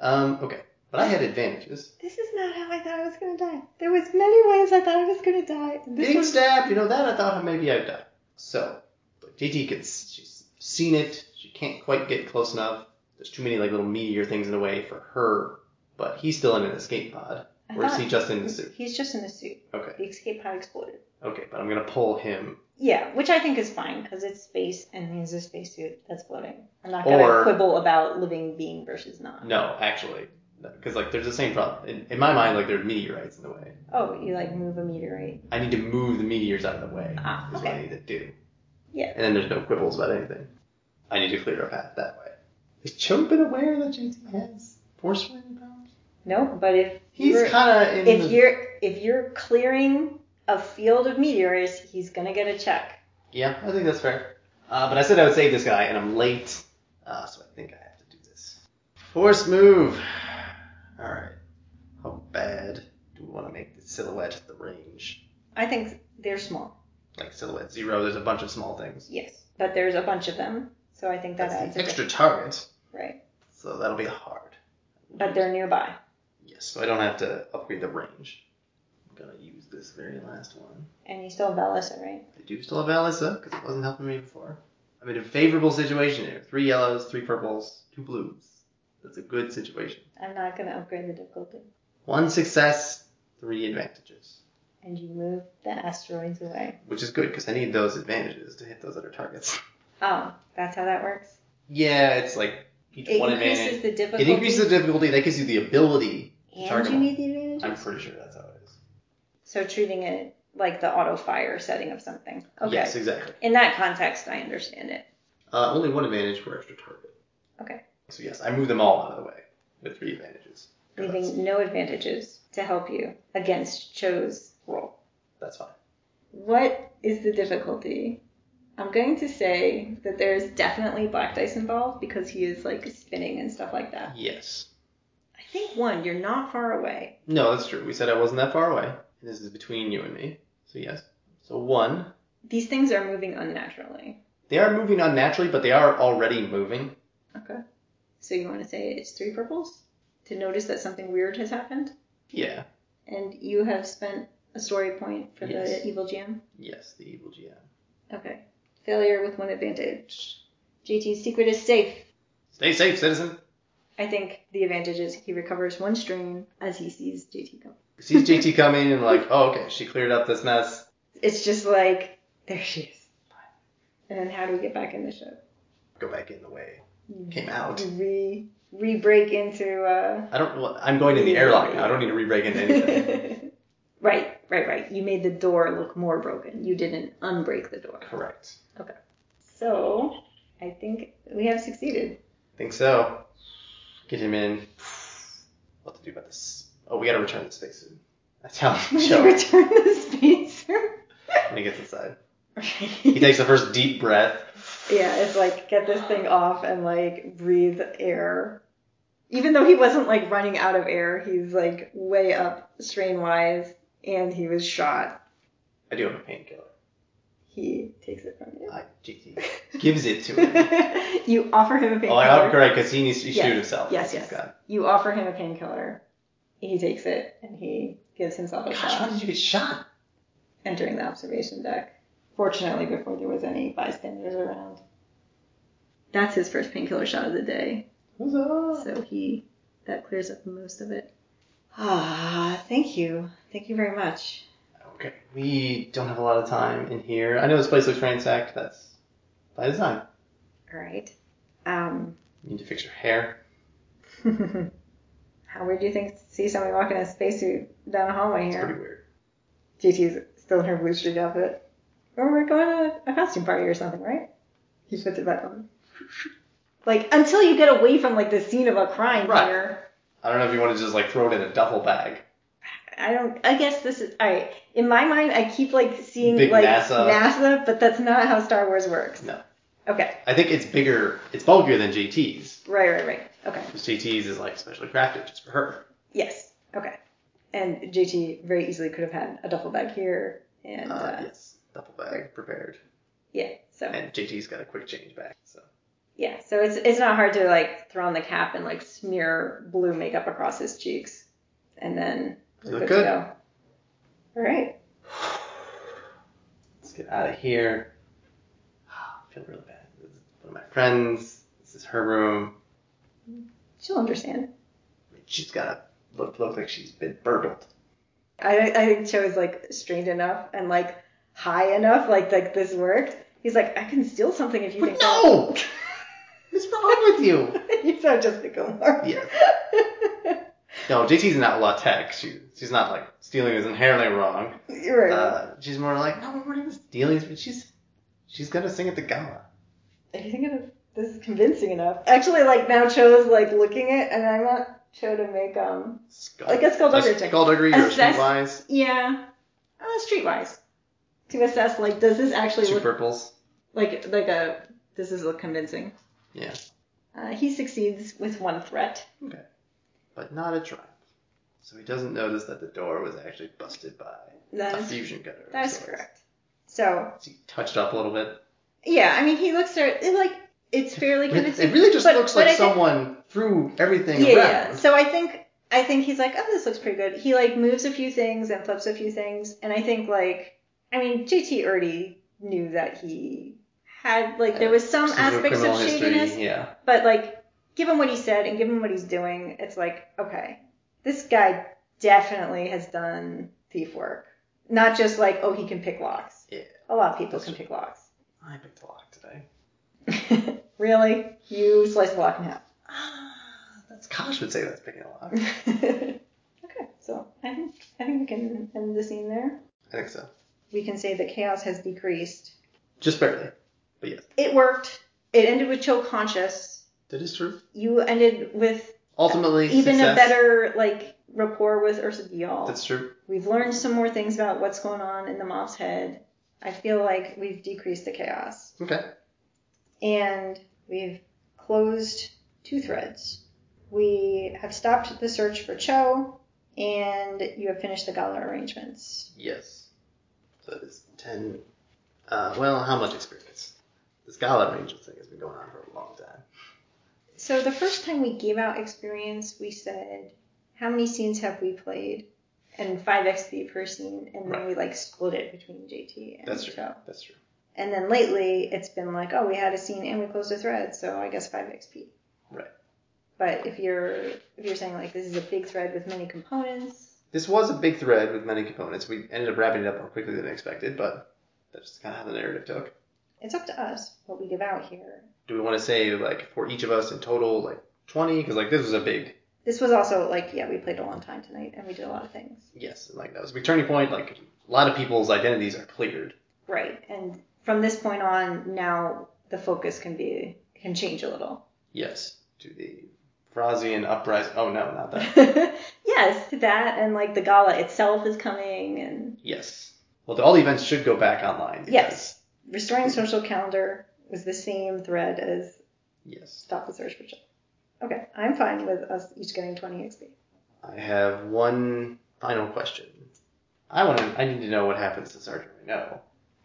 Speaker 3: Um, okay, but I had advantages.
Speaker 2: This is not how I thought I was gonna die. There was many ways I thought I was gonna die. and This
Speaker 3: Being
Speaker 2: was
Speaker 3: stabbed, you know that I thought maybe I'd die. So, but JT can. She's seen it. She can't quite get close enough. There's too many like little meteor things in the way for her. But he's still in an escape pod.
Speaker 2: I
Speaker 3: Or is
Speaker 2: thought-
Speaker 3: he just in the suit?
Speaker 2: He's just in the suit.
Speaker 3: Okay,
Speaker 2: The escape pod exploded.
Speaker 3: okay, but I'm gonna pull him.
Speaker 2: Yeah, which I think is fine because it's space and he's a spacesuit that's floating. I'm not
Speaker 3: Or-
Speaker 2: gonna quibble about living being versus not.
Speaker 3: No, actually, because like there's the same problem in, in my mind. Like there's meteorites in the way.
Speaker 2: Oh, you like move a meteorite.
Speaker 3: I need to move the meteors out of the way.
Speaker 2: Ah,
Speaker 3: is what I
Speaker 2: okay.
Speaker 3: need to do.
Speaker 2: Yeah.
Speaker 3: And then there's no quibbles about anything. I need to clear a path that way. Has Cho been aware that JT has force wind powers?
Speaker 2: No, but if
Speaker 3: He's
Speaker 2: you're-
Speaker 3: kind of in
Speaker 2: if
Speaker 3: the-
Speaker 2: you're if you're clearing a field of meteors, he's gonna get a check.
Speaker 3: Yeah, I think that's fair. Uh, but I said I would save this guy, and I'm late, uh, so I think I have to do this. Force move. All right. How bad do we want to make the silhouette at the range?
Speaker 2: I think they're small.
Speaker 3: Like silhouette zero. There's a bunch of small things.
Speaker 2: Yes, but there's a bunch of them, so I think that
Speaker 3: That's
Speaker 2: adds
Speaker 3: the
Speaker 2: a bit.
Speaker 3: extra target,
Speaker 2: Right,
Speaker 3: so that'll be hard.
Speaker 2: but they're nearby.
Speaker 3: Yes, so I don't have to upgrade the range. I'm gonna use this very last one.
Speaker 2: And you still have Valisa, right?
Speaker 3: I do still have Alyssa because it wasn't helping me before. I'm in a favorable situation here. Three yellows, three purples, two blues. That's a good situation.
Speaker 2: I'm not gonna upgrade the difficulty.
Speaker 3: One success, three advantages,
Speaker 2: And you move the asteroids away.
Speaker 3: which is good because I need those advantages to hit those other targets. [laughs]
Speaker 2: Oh, that's how that works.
Speaker 3: Yeah, it's like each
Speaker 2: It
Speaker 3: one
Speaker 2: increases
Speaker 3: advantage.
Speaker 2: the difficulty.
Speaker 3: It increases the difficulty. That gives you the ability.
Speaker 2: and
Speaker 3: target
Speaker 2: you
Speaker 3: more.
Speaker 2: need the advantage.
Speaker 3: I'm pretty sure that's how it is.
Speaker 2: So treating it like the auto fire setting of something. Okay.
Speaker 3: Yes, exactly.
Speaker 2: In that context, I understand it.
Speaker 3: Uh, only one advantage per extra target.
Speaker 2: Okay.
Speaker 3: So yes, I move them all out of the way with three advantages. That's,
Speaker 2: Leaving no advantages to help you against Cho's roll.
Speaker 3: that's fine.
Speaker 2: What is the difficulty? I'm going to say that there's definitely black dice involved because he is like spinning and stuff like that.
Speaker 3: Yes.
Speaker 2: I think one, you're not far away.
Speaker 3: No, that's true. We said I wasn't that far away. And this is between you and me. So yes. So one,
Speaker 2: These things are moving unnaturally.
Speaker 3: they are moving unnaturally, but they are already moving.
Speaker 2: Okay. So you want to say it's three purples to notice that something weird has happened?
Speaker 3: Yeah.
Speaker 2: And you have spent a story point for
Speaker 3: Yes.
Speaker 2: the evil GM?
Speaker 3: Yes, the evil GM.
Speaker 2: Okay. Failure with one advantage. JT's secret is safe.
Speaker 3: Stay safe, citizen.
Speaker 2: I think the advantage is he recovers one strain as he sees JT come.
Speaker 3: Sees
Speaker 2: [laughs]
Speaker 3: JT coming and like, oh, okay, she cleared up this mess.
Speaker 2: It's just like, there she is. And then how do we get back in the show?
Speaker 3: Go back in the way.
Speaker 2: Mm.
Speaker 3: Came out.
Speaker 2: You re re break into uh
Speaker 3: I don't. Well, I'm going in
Speaker 2: Mm.
Speaker 3: the airlock now. I don't need to re-break
Speaker 2: [laughs]
Speaker 3: into anything.
Speaker 2: Right, right, right. You made the door look more broken. You didn't unbreak the door.
Speaker 3: Correct.
Speaker 2: So I think we have succeeded. [laughs]
Speaker 3: Think so. Get him in. What to do about this? Oh, we gotta return the spacesuit.
Speaker 2: [laughs]
Speaker 3: I tell him.
Speaker 2: Should
Speaker 3: Joe,
Speaker 2: return the
Speaker 3: [laughs]
Speaker 2: spacer.
Speaker 3: when he gets inside,
Speaker 2: Okay.
Speaker 3: he takes the first deep breath.
Speaker 2: Yeah, it's like get this thing off and like breathe air. Even though he wasn't like running out of air, he's like way up strain wise and he was shot.
Speaker 3: I do have a painkiller.
Speaker 2: He takes it from you. [laughs]
Speaker 3: I JT gives it to him.
Speaker 2: you offer him a
Speaker 3: Oh, I hope
Speaker 2: painkiller.
Speaker 3: correct because he needs to
Speaker 2: Yes.
Speaker 3: shoot himself.
Speaker 2: Yes,
Speaker 3: He's
Speaker 2: yes.
Speaker 3: got-
Speaker 2: you offer him a painkiller. He takes it and he gives himself a
Speaker 3: Gosh, why
Speaker 2: shot
Speaker 3: did you get shot?
Speaker 2: entering the observation deck. Fortunately, before there was any bystanders around. That's his first painkiller shot of the day.
Speaker 3: Huzzah!
Speaker 2: So he that clears up most of it. Ah, thank you. Thank you very much.
Speaker 3: Okay, we don't have a lot of time in here. I know this place looks ransacked. That's by design.
Speaker 2: All right. Um, [laughs]
Speaker 3: You need to fix your hair.
Speaker 2: how weird do you think to see somebody walking in a spacesuit down a hallway
Speaker 3: It's
Speaker 2: here?
Speaker 3: pretty weird.
Speaker 2: JT's still in her blue street outfit. Or we're going to a costume party or something, right? He puts it back on. Like until you get away from like the scene of a crime
Speaker 3: Right.
Speaker 2: here.
Speaker 3: I don't know if you want to just like throw it in a duffel bag.
Speaker 2: I don't. I guess this is all right. In my mind, I keep like seeing
Speaker 3: Big
Speaker 2: like
Speaker 3: NASA.
Speaker 2: NASA, but that's not how Star Wars works.
Speaker 3: No.
Speaker 2: Okay.
Speaker 3: I think it's bigger, it's bulkier than JT's.
Speaker 2: Right, right, right. Okay.
Speaker 3: Because JT's is like specially crafted just for her.
Speaker 2: Yes. Okay. And JT very easily could have had a duffel bag here, and uh,
Speaker 3: Uh, yes, duffel bag prepared.
Speaker 2: yeah. So
Speaker 3: And JT's got a quick change back. So
Speaker 2: yeah. So it's it's not hard to like throw on the cap and like smear blue makeup across his cheeks, and then
Speaker 3: You
Speaker 2: we're
Speaker 3: look
Speaker 2: good to
Speaker 3: good.
Speaker 2: go. All right.
Speaker 3: let's get out of here. I feel really bad. This is one of my friends. This is her room.
Speaker 2: She'll understand.
Speaker 3: She's got to look, look like she's been burgled.
Speaker 2: I I think Cho is like strained enough and like high enough, like like this worked. He's like, I can steal something if you
Speaker 3: But
Speaker 2: think
Speaker 3: no! [laughs] What's wrong with you?
Speaker 2: [laughs] that. you sound just like Omar.
Speaker 3: Yeah. No, JT's not outlaw tech. She, she's not like stealing is inherently wrong.
Speaker 2: [laughs] You're right.
Speaker 3: Uh, she's more like, no, we're not even stealing. But she's she's gonna sing at the gala.
Speaker 2: Are you thinking of This is convincing enough. Actually, like now Cho's like looking at, and I want Cho to make um
Speaker 3: Skull,
Speaker 2: like a skullduggery check.
Speaker 3: Skullduggery or
Speaker 2: Assess-
Speaker 3: Streetwise.
Speaker 2: Yeah, uh, streetwise to assess like does this actually
Speaker 3: Two
Speaker 2: look
Speaker 3: purples.
Speaker 2: like like a this is look convincing.
Speaker 3: Yeah.
Speaker 2: Uh, he succeeds with one threat.
Speaker 3: But not a triumph. So he doesn't notice that the door was actually busted by
Speaker 2: That
Speaker 3: a
Speaker 2: is
Speaker 3: fusion cutter. of
Speaker 2: that is
Speaker 3: sorts.
Speaker 2: correct. So
Speaker 3: So he touched up a little bit.
Speaker 2: yeah, I mean he looks at it like it's fairly
Speaker 3: It,
Speaker 2: convincing.
Speaker 3: it really just
Speaker 2: but-
Speaker 3: looks
Speaker 2: but I
Speaker 3: like
Speaker 2: think-
Speaker 3: someone threw everything
Speaker 2: yeah, yeah.
Speaker 3: around.
Speaker 2: So I think I think he's like, oh, this looks pretty good. He like moves a few things and flips a few things, and I think like, I mean, JT already knew that he had like there was some
Speaker 3: Some sort
Speaker 2: aspects of
Speaker 3: criminal
Speaker 2: shadiness,
Speaker 3: history. Yeah.
Speaker 2: but like, given what he said and given what he's doing, it's like, okay, this guy definitely has done thief work. Not just like, oh, he can pick locks.
Speaker 3: Yeah.
Speaker 2: A lot of people
Speaker 3: That's
Speaker 2: can
Speaker 3: right.
Speaker 2: pick locks. [laughs]
Speaker 3: I picked a lock today.
Speaker 2: really? You slice the lock in half.
Speaker 3: Ah, that's Kosh would say that's picking a lock.
Speaker 2: [laughs] okay, so I think I think we can end the scene there.
Speaker 3: I think so.
Speaker 2: We can say that chaos has decreased.
Speaker 3: Just barely.
Speaker 2: It worked. It ended with Cho conscious.
Speaker 3: That is true.
Speaker 2: You ended with
Speaker 3: Ultimately,
Speaker 2: even a
Speaker 3: success.
Speaker 2: better like rapport with Ursa Dial.
Speaker 3: That's true.
Speaker 2: We've learned some more things about what's going on in the mob's head. I feel like we've decreased the chaos
Speaker 3: Okay.
Speaker 2: and we've closed two threads. We have stopped the search for Cho, and you have finished the gala arrangements.
Speaker 3: Yes. So that is 10. Uh, well, how much experience? This Gala Rangers thing has been going on for a long time.
Speaker 2: So the first time we gave out experience, we said, "How many scenes have we played?" And five XP per scene, and then we like split it between JT and
Speaker 3: That's
Speaker 2: Cho.
Speaker 3: true. That's true.
Speaker 2: And then lately, it's been like, "Oh, we had a scene and we closed a thread, so I guess five XP."
Speaker 3: Right.
Speaker 2: But if you're if you're saying like this is a big thread with many components,
Speaker 3: This was a big thread with many components. We ended up wrapping it up more quickly than expected, but that's kind of how the narrative took.
Speaker 2: it's up to us what we give out here.
Speaker 3: Do we want to say, like, for each of us in total, like 20? Because, like, this was a big,
Speaker 2: This was also like, yeah, we played a long time tonight and we did a lot of things.
Speaker 3: yes, and, like, that was a big turning point. Like, a lot of people's identities are cleared.
Speaker 2: Right. And from this point on, now the focus can be can change a little.
Speaker 3: Yes. To the Frazian uprising. Oh, no, not that.
Speaker 2: [laughs] yes, that and like the gala itself is coming and
Speaker 3: yes. Well, all the events should go back online. because-
Speaker 2: Yes. restoring social calendar was the same thread as
Speaker 3: Yes.
Speaker 2: stop the search for Jill. Okay, I'm fine with us each getting 20 XP.
Speaker 3: I have one final question. I want to. I need to know what happens to Sergeant Renault,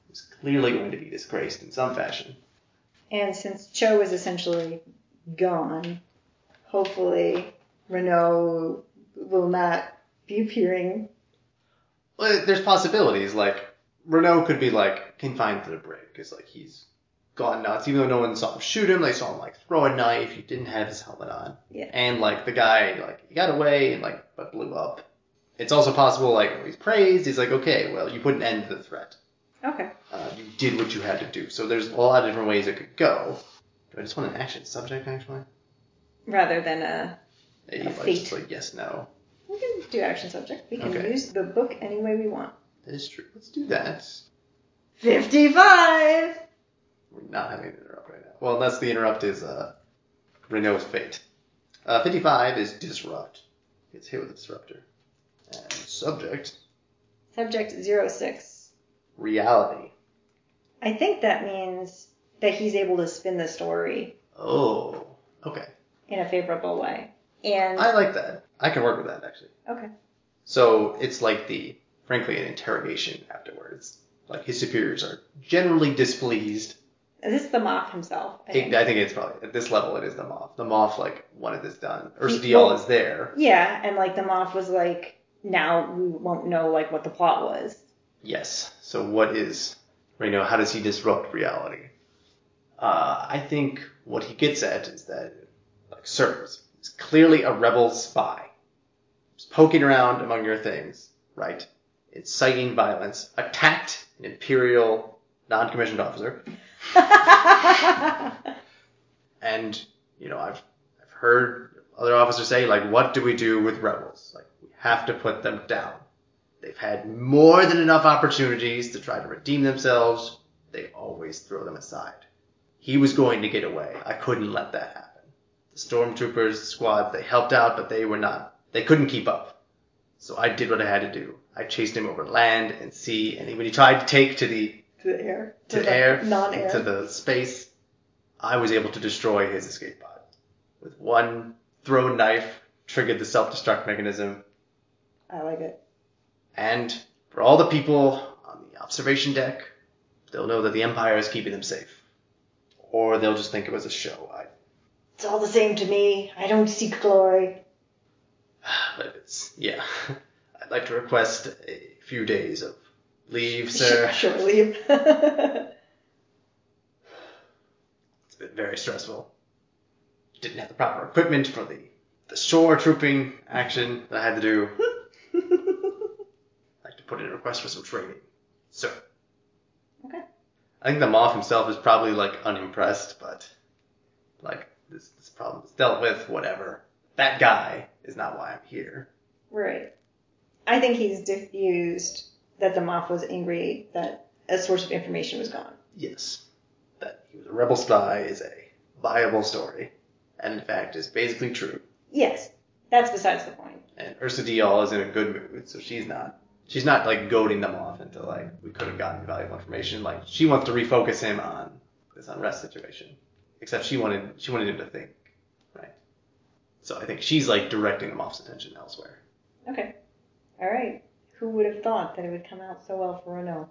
Speaker 3: who's clearly going to be disgraced in some fashion.
Speaker 2: And since Cho is essentially gone, hopefully Renault will not be appearing.
Speaker 3: Well, there's possibilities. Like Renault could be like confined to the brig because like he's gone nuts. Even though no one saw him shoot him, they saw him like throw a knife. He didn't have his helmet on.
Speaker 2: Yeah.
Speaker 3: And like the guy like he got away and like but blew up. It's also possible like he's praised. He's like okay, well you put an end to the threat.
Speaker 2: Okay.
Speaker 3: uh, you did what you had to do. So there's a lot of different ways it could go. Do I just want an action subject actually?
Speaker 2: Rather than a
Speaker 3: Maybe
Speaker 2: A
Speaker 3: like, just
Speaker 2: fate.
Speaker 3: like yes, no.
Speaker 2: We can do action subject. We can
Speaker 3: Okay.
Speaker 2: use the book any way we want.
Speaker 3: That is true. Let's do that.
Speaker 2: 55!
Speaker 3: We're not having an interrupt right now. Well, unless the interrupt is uh, Renault's fate. Uh, 55 is disrupt. It's hit with a disruptor. And subject
Speaker 2: Subject 06.
Speaker 3: reality.
Speaker 2: I think that means that he's able to spin the story
Speaker 3: Oh, okay.
Speaker 2: in a favorable way. And,
Speaker 3: I like that. I can work with that actually.
Speaker 2: okay.
Speaker 3: So it's like the, frankly, an interrogation afterwards. Like his superiors are generally displeased.
Speaker 2: This is the moth himself. I think.
Speaker 3: It, I think it's probably at this level. It is the moth. The moth like wanted this done. Ursa
Speaker 2: He-
Speaker 3: Dial
Speaker 2: well-
Speaker 3: is there.
Speaker 2: Yeah, and like the moth was like, now we won't know like what the plot
Speaker 3: [laughs]
Speaker 2: was.
Speaker 3: Yes. So what is Reno? How does he disrupt reality? Uh, I think what he gets at is that like serves. He's clearly a rebel spy. He's poking around among your things, right? Inciting violence, attacked an imperial non-commissioned officer, and you know I've I've heard other officers say like what do we do with rebels like we have to put them down they've had more than enough opportunities to try to redeem themselves they always throw them aside He was going to get away. I couldn't let that happen. The stormtroopers squads they helped out, but they were not. They couldn't keep up. So I did what I had to do. I chased him over land and sea, and when he tried to take to the
Speaker 2: To the air.
Speaker 3: to air,
Speaker 2: Non-air.
Speaker 3: to the space, I was able to destroy his escape pod. With one thrown knife, triggered the self-destruct mechanism,
Speaker 2: I like it.
Speaker 3: and for all the people on the observation deck, they'll know that the Empire is keeping them safe. Or they'll just think it was a show. I,
Speaker 2: It's all the same to me. I don't seek glory.
Speaker 3: but it's, yeah. [laughs] I'd like to request a few days of
Speaker 2: [laughs]
Speaker 3: leave, sir.
Speaker 2: Sure, leave. [laughs]
Speaker 3: It's been very stressful. Didn't have the proper equipment for the, the shore trooping action that I had to do. I'd like to put in a request for some training, sir.
Speaker 2: Okay.
Speaker 3: I think the Moth himself is probably like unimpressed, but like this, this problem is dealt with, whatever. That guy is not why I'm here.
Speaker 2: right. I think he's diffused that the moth was angry that a source of information was gone.
Speaker 3: Yes. That he was a rebel spy is a viable story, and in fact is basically true.
Speaker 2: Yes, that's besides the point.
Speaker 3: And Ursa Dial is in a good mood, so she's not. She's not like goading them off into like we could have gotten valuable information. Like she wants to refocus him on this unrest situation. Except she wanted she wanted him to think, right? So I think she's like directing the moth's attention elsewhere.
Speaker 2: Okay. All right. Who would have thought that it would come out so well for Renault?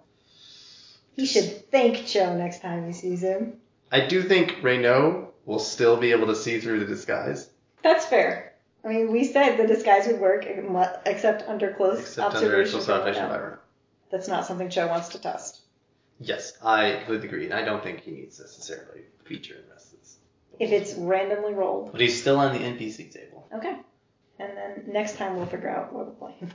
Speaker 2: He should thank Joe next time he sees him.
Speaker 3: I do think Reynaud will still be able to see through the disguise,
Speaker 2: That's fair. I mean, we said the disguise would work unle- except under close
Speaker 3: except under
Speaker 2: observation.
Speaker 3: actual
Speaker 2: from
Speaker 3: salvation by
Speaker 2: Renault.
Speaker 3: Reynaud.
Speaker 2: That's not something Joe wants to test.
Speaker 3: Yes, I completely agree, and I don't think he needs to necessarily feature in rests.
Speaker 2: If it's randomly rolled.
Speaker 3: But he's still on the NPC table.
Speaker 2: Okay. And then next time we'll figure out what we're playing.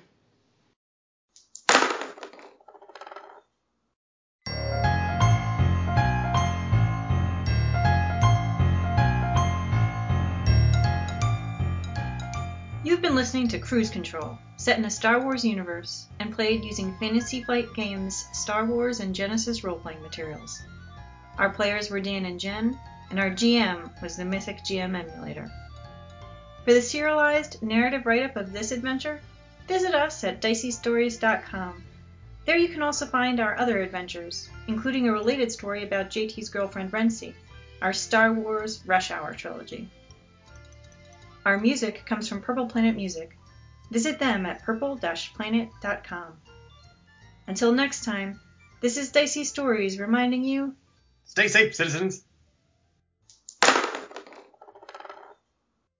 Speaker 1: You've been listening to Cruise Control, set in a Star Wars universe and played using Fantasy Flight Games' Star Wars and Genesis role playing materials. Our players were Dan and Jen, and our GM was the Mythic GM emulator. For the serialized narrative write up of this adventure, visit us at diceystories.com. There you can also find our other adventures, including a related story about JT's girlfriend Rency, our Star Wars Rush Hour trilogy. Our music comes from Purple Planet Music. Visit them at purple-planet.com. Until next time, this is Dicey Stories reminding you
Speaker 4: Stay safe, citizens.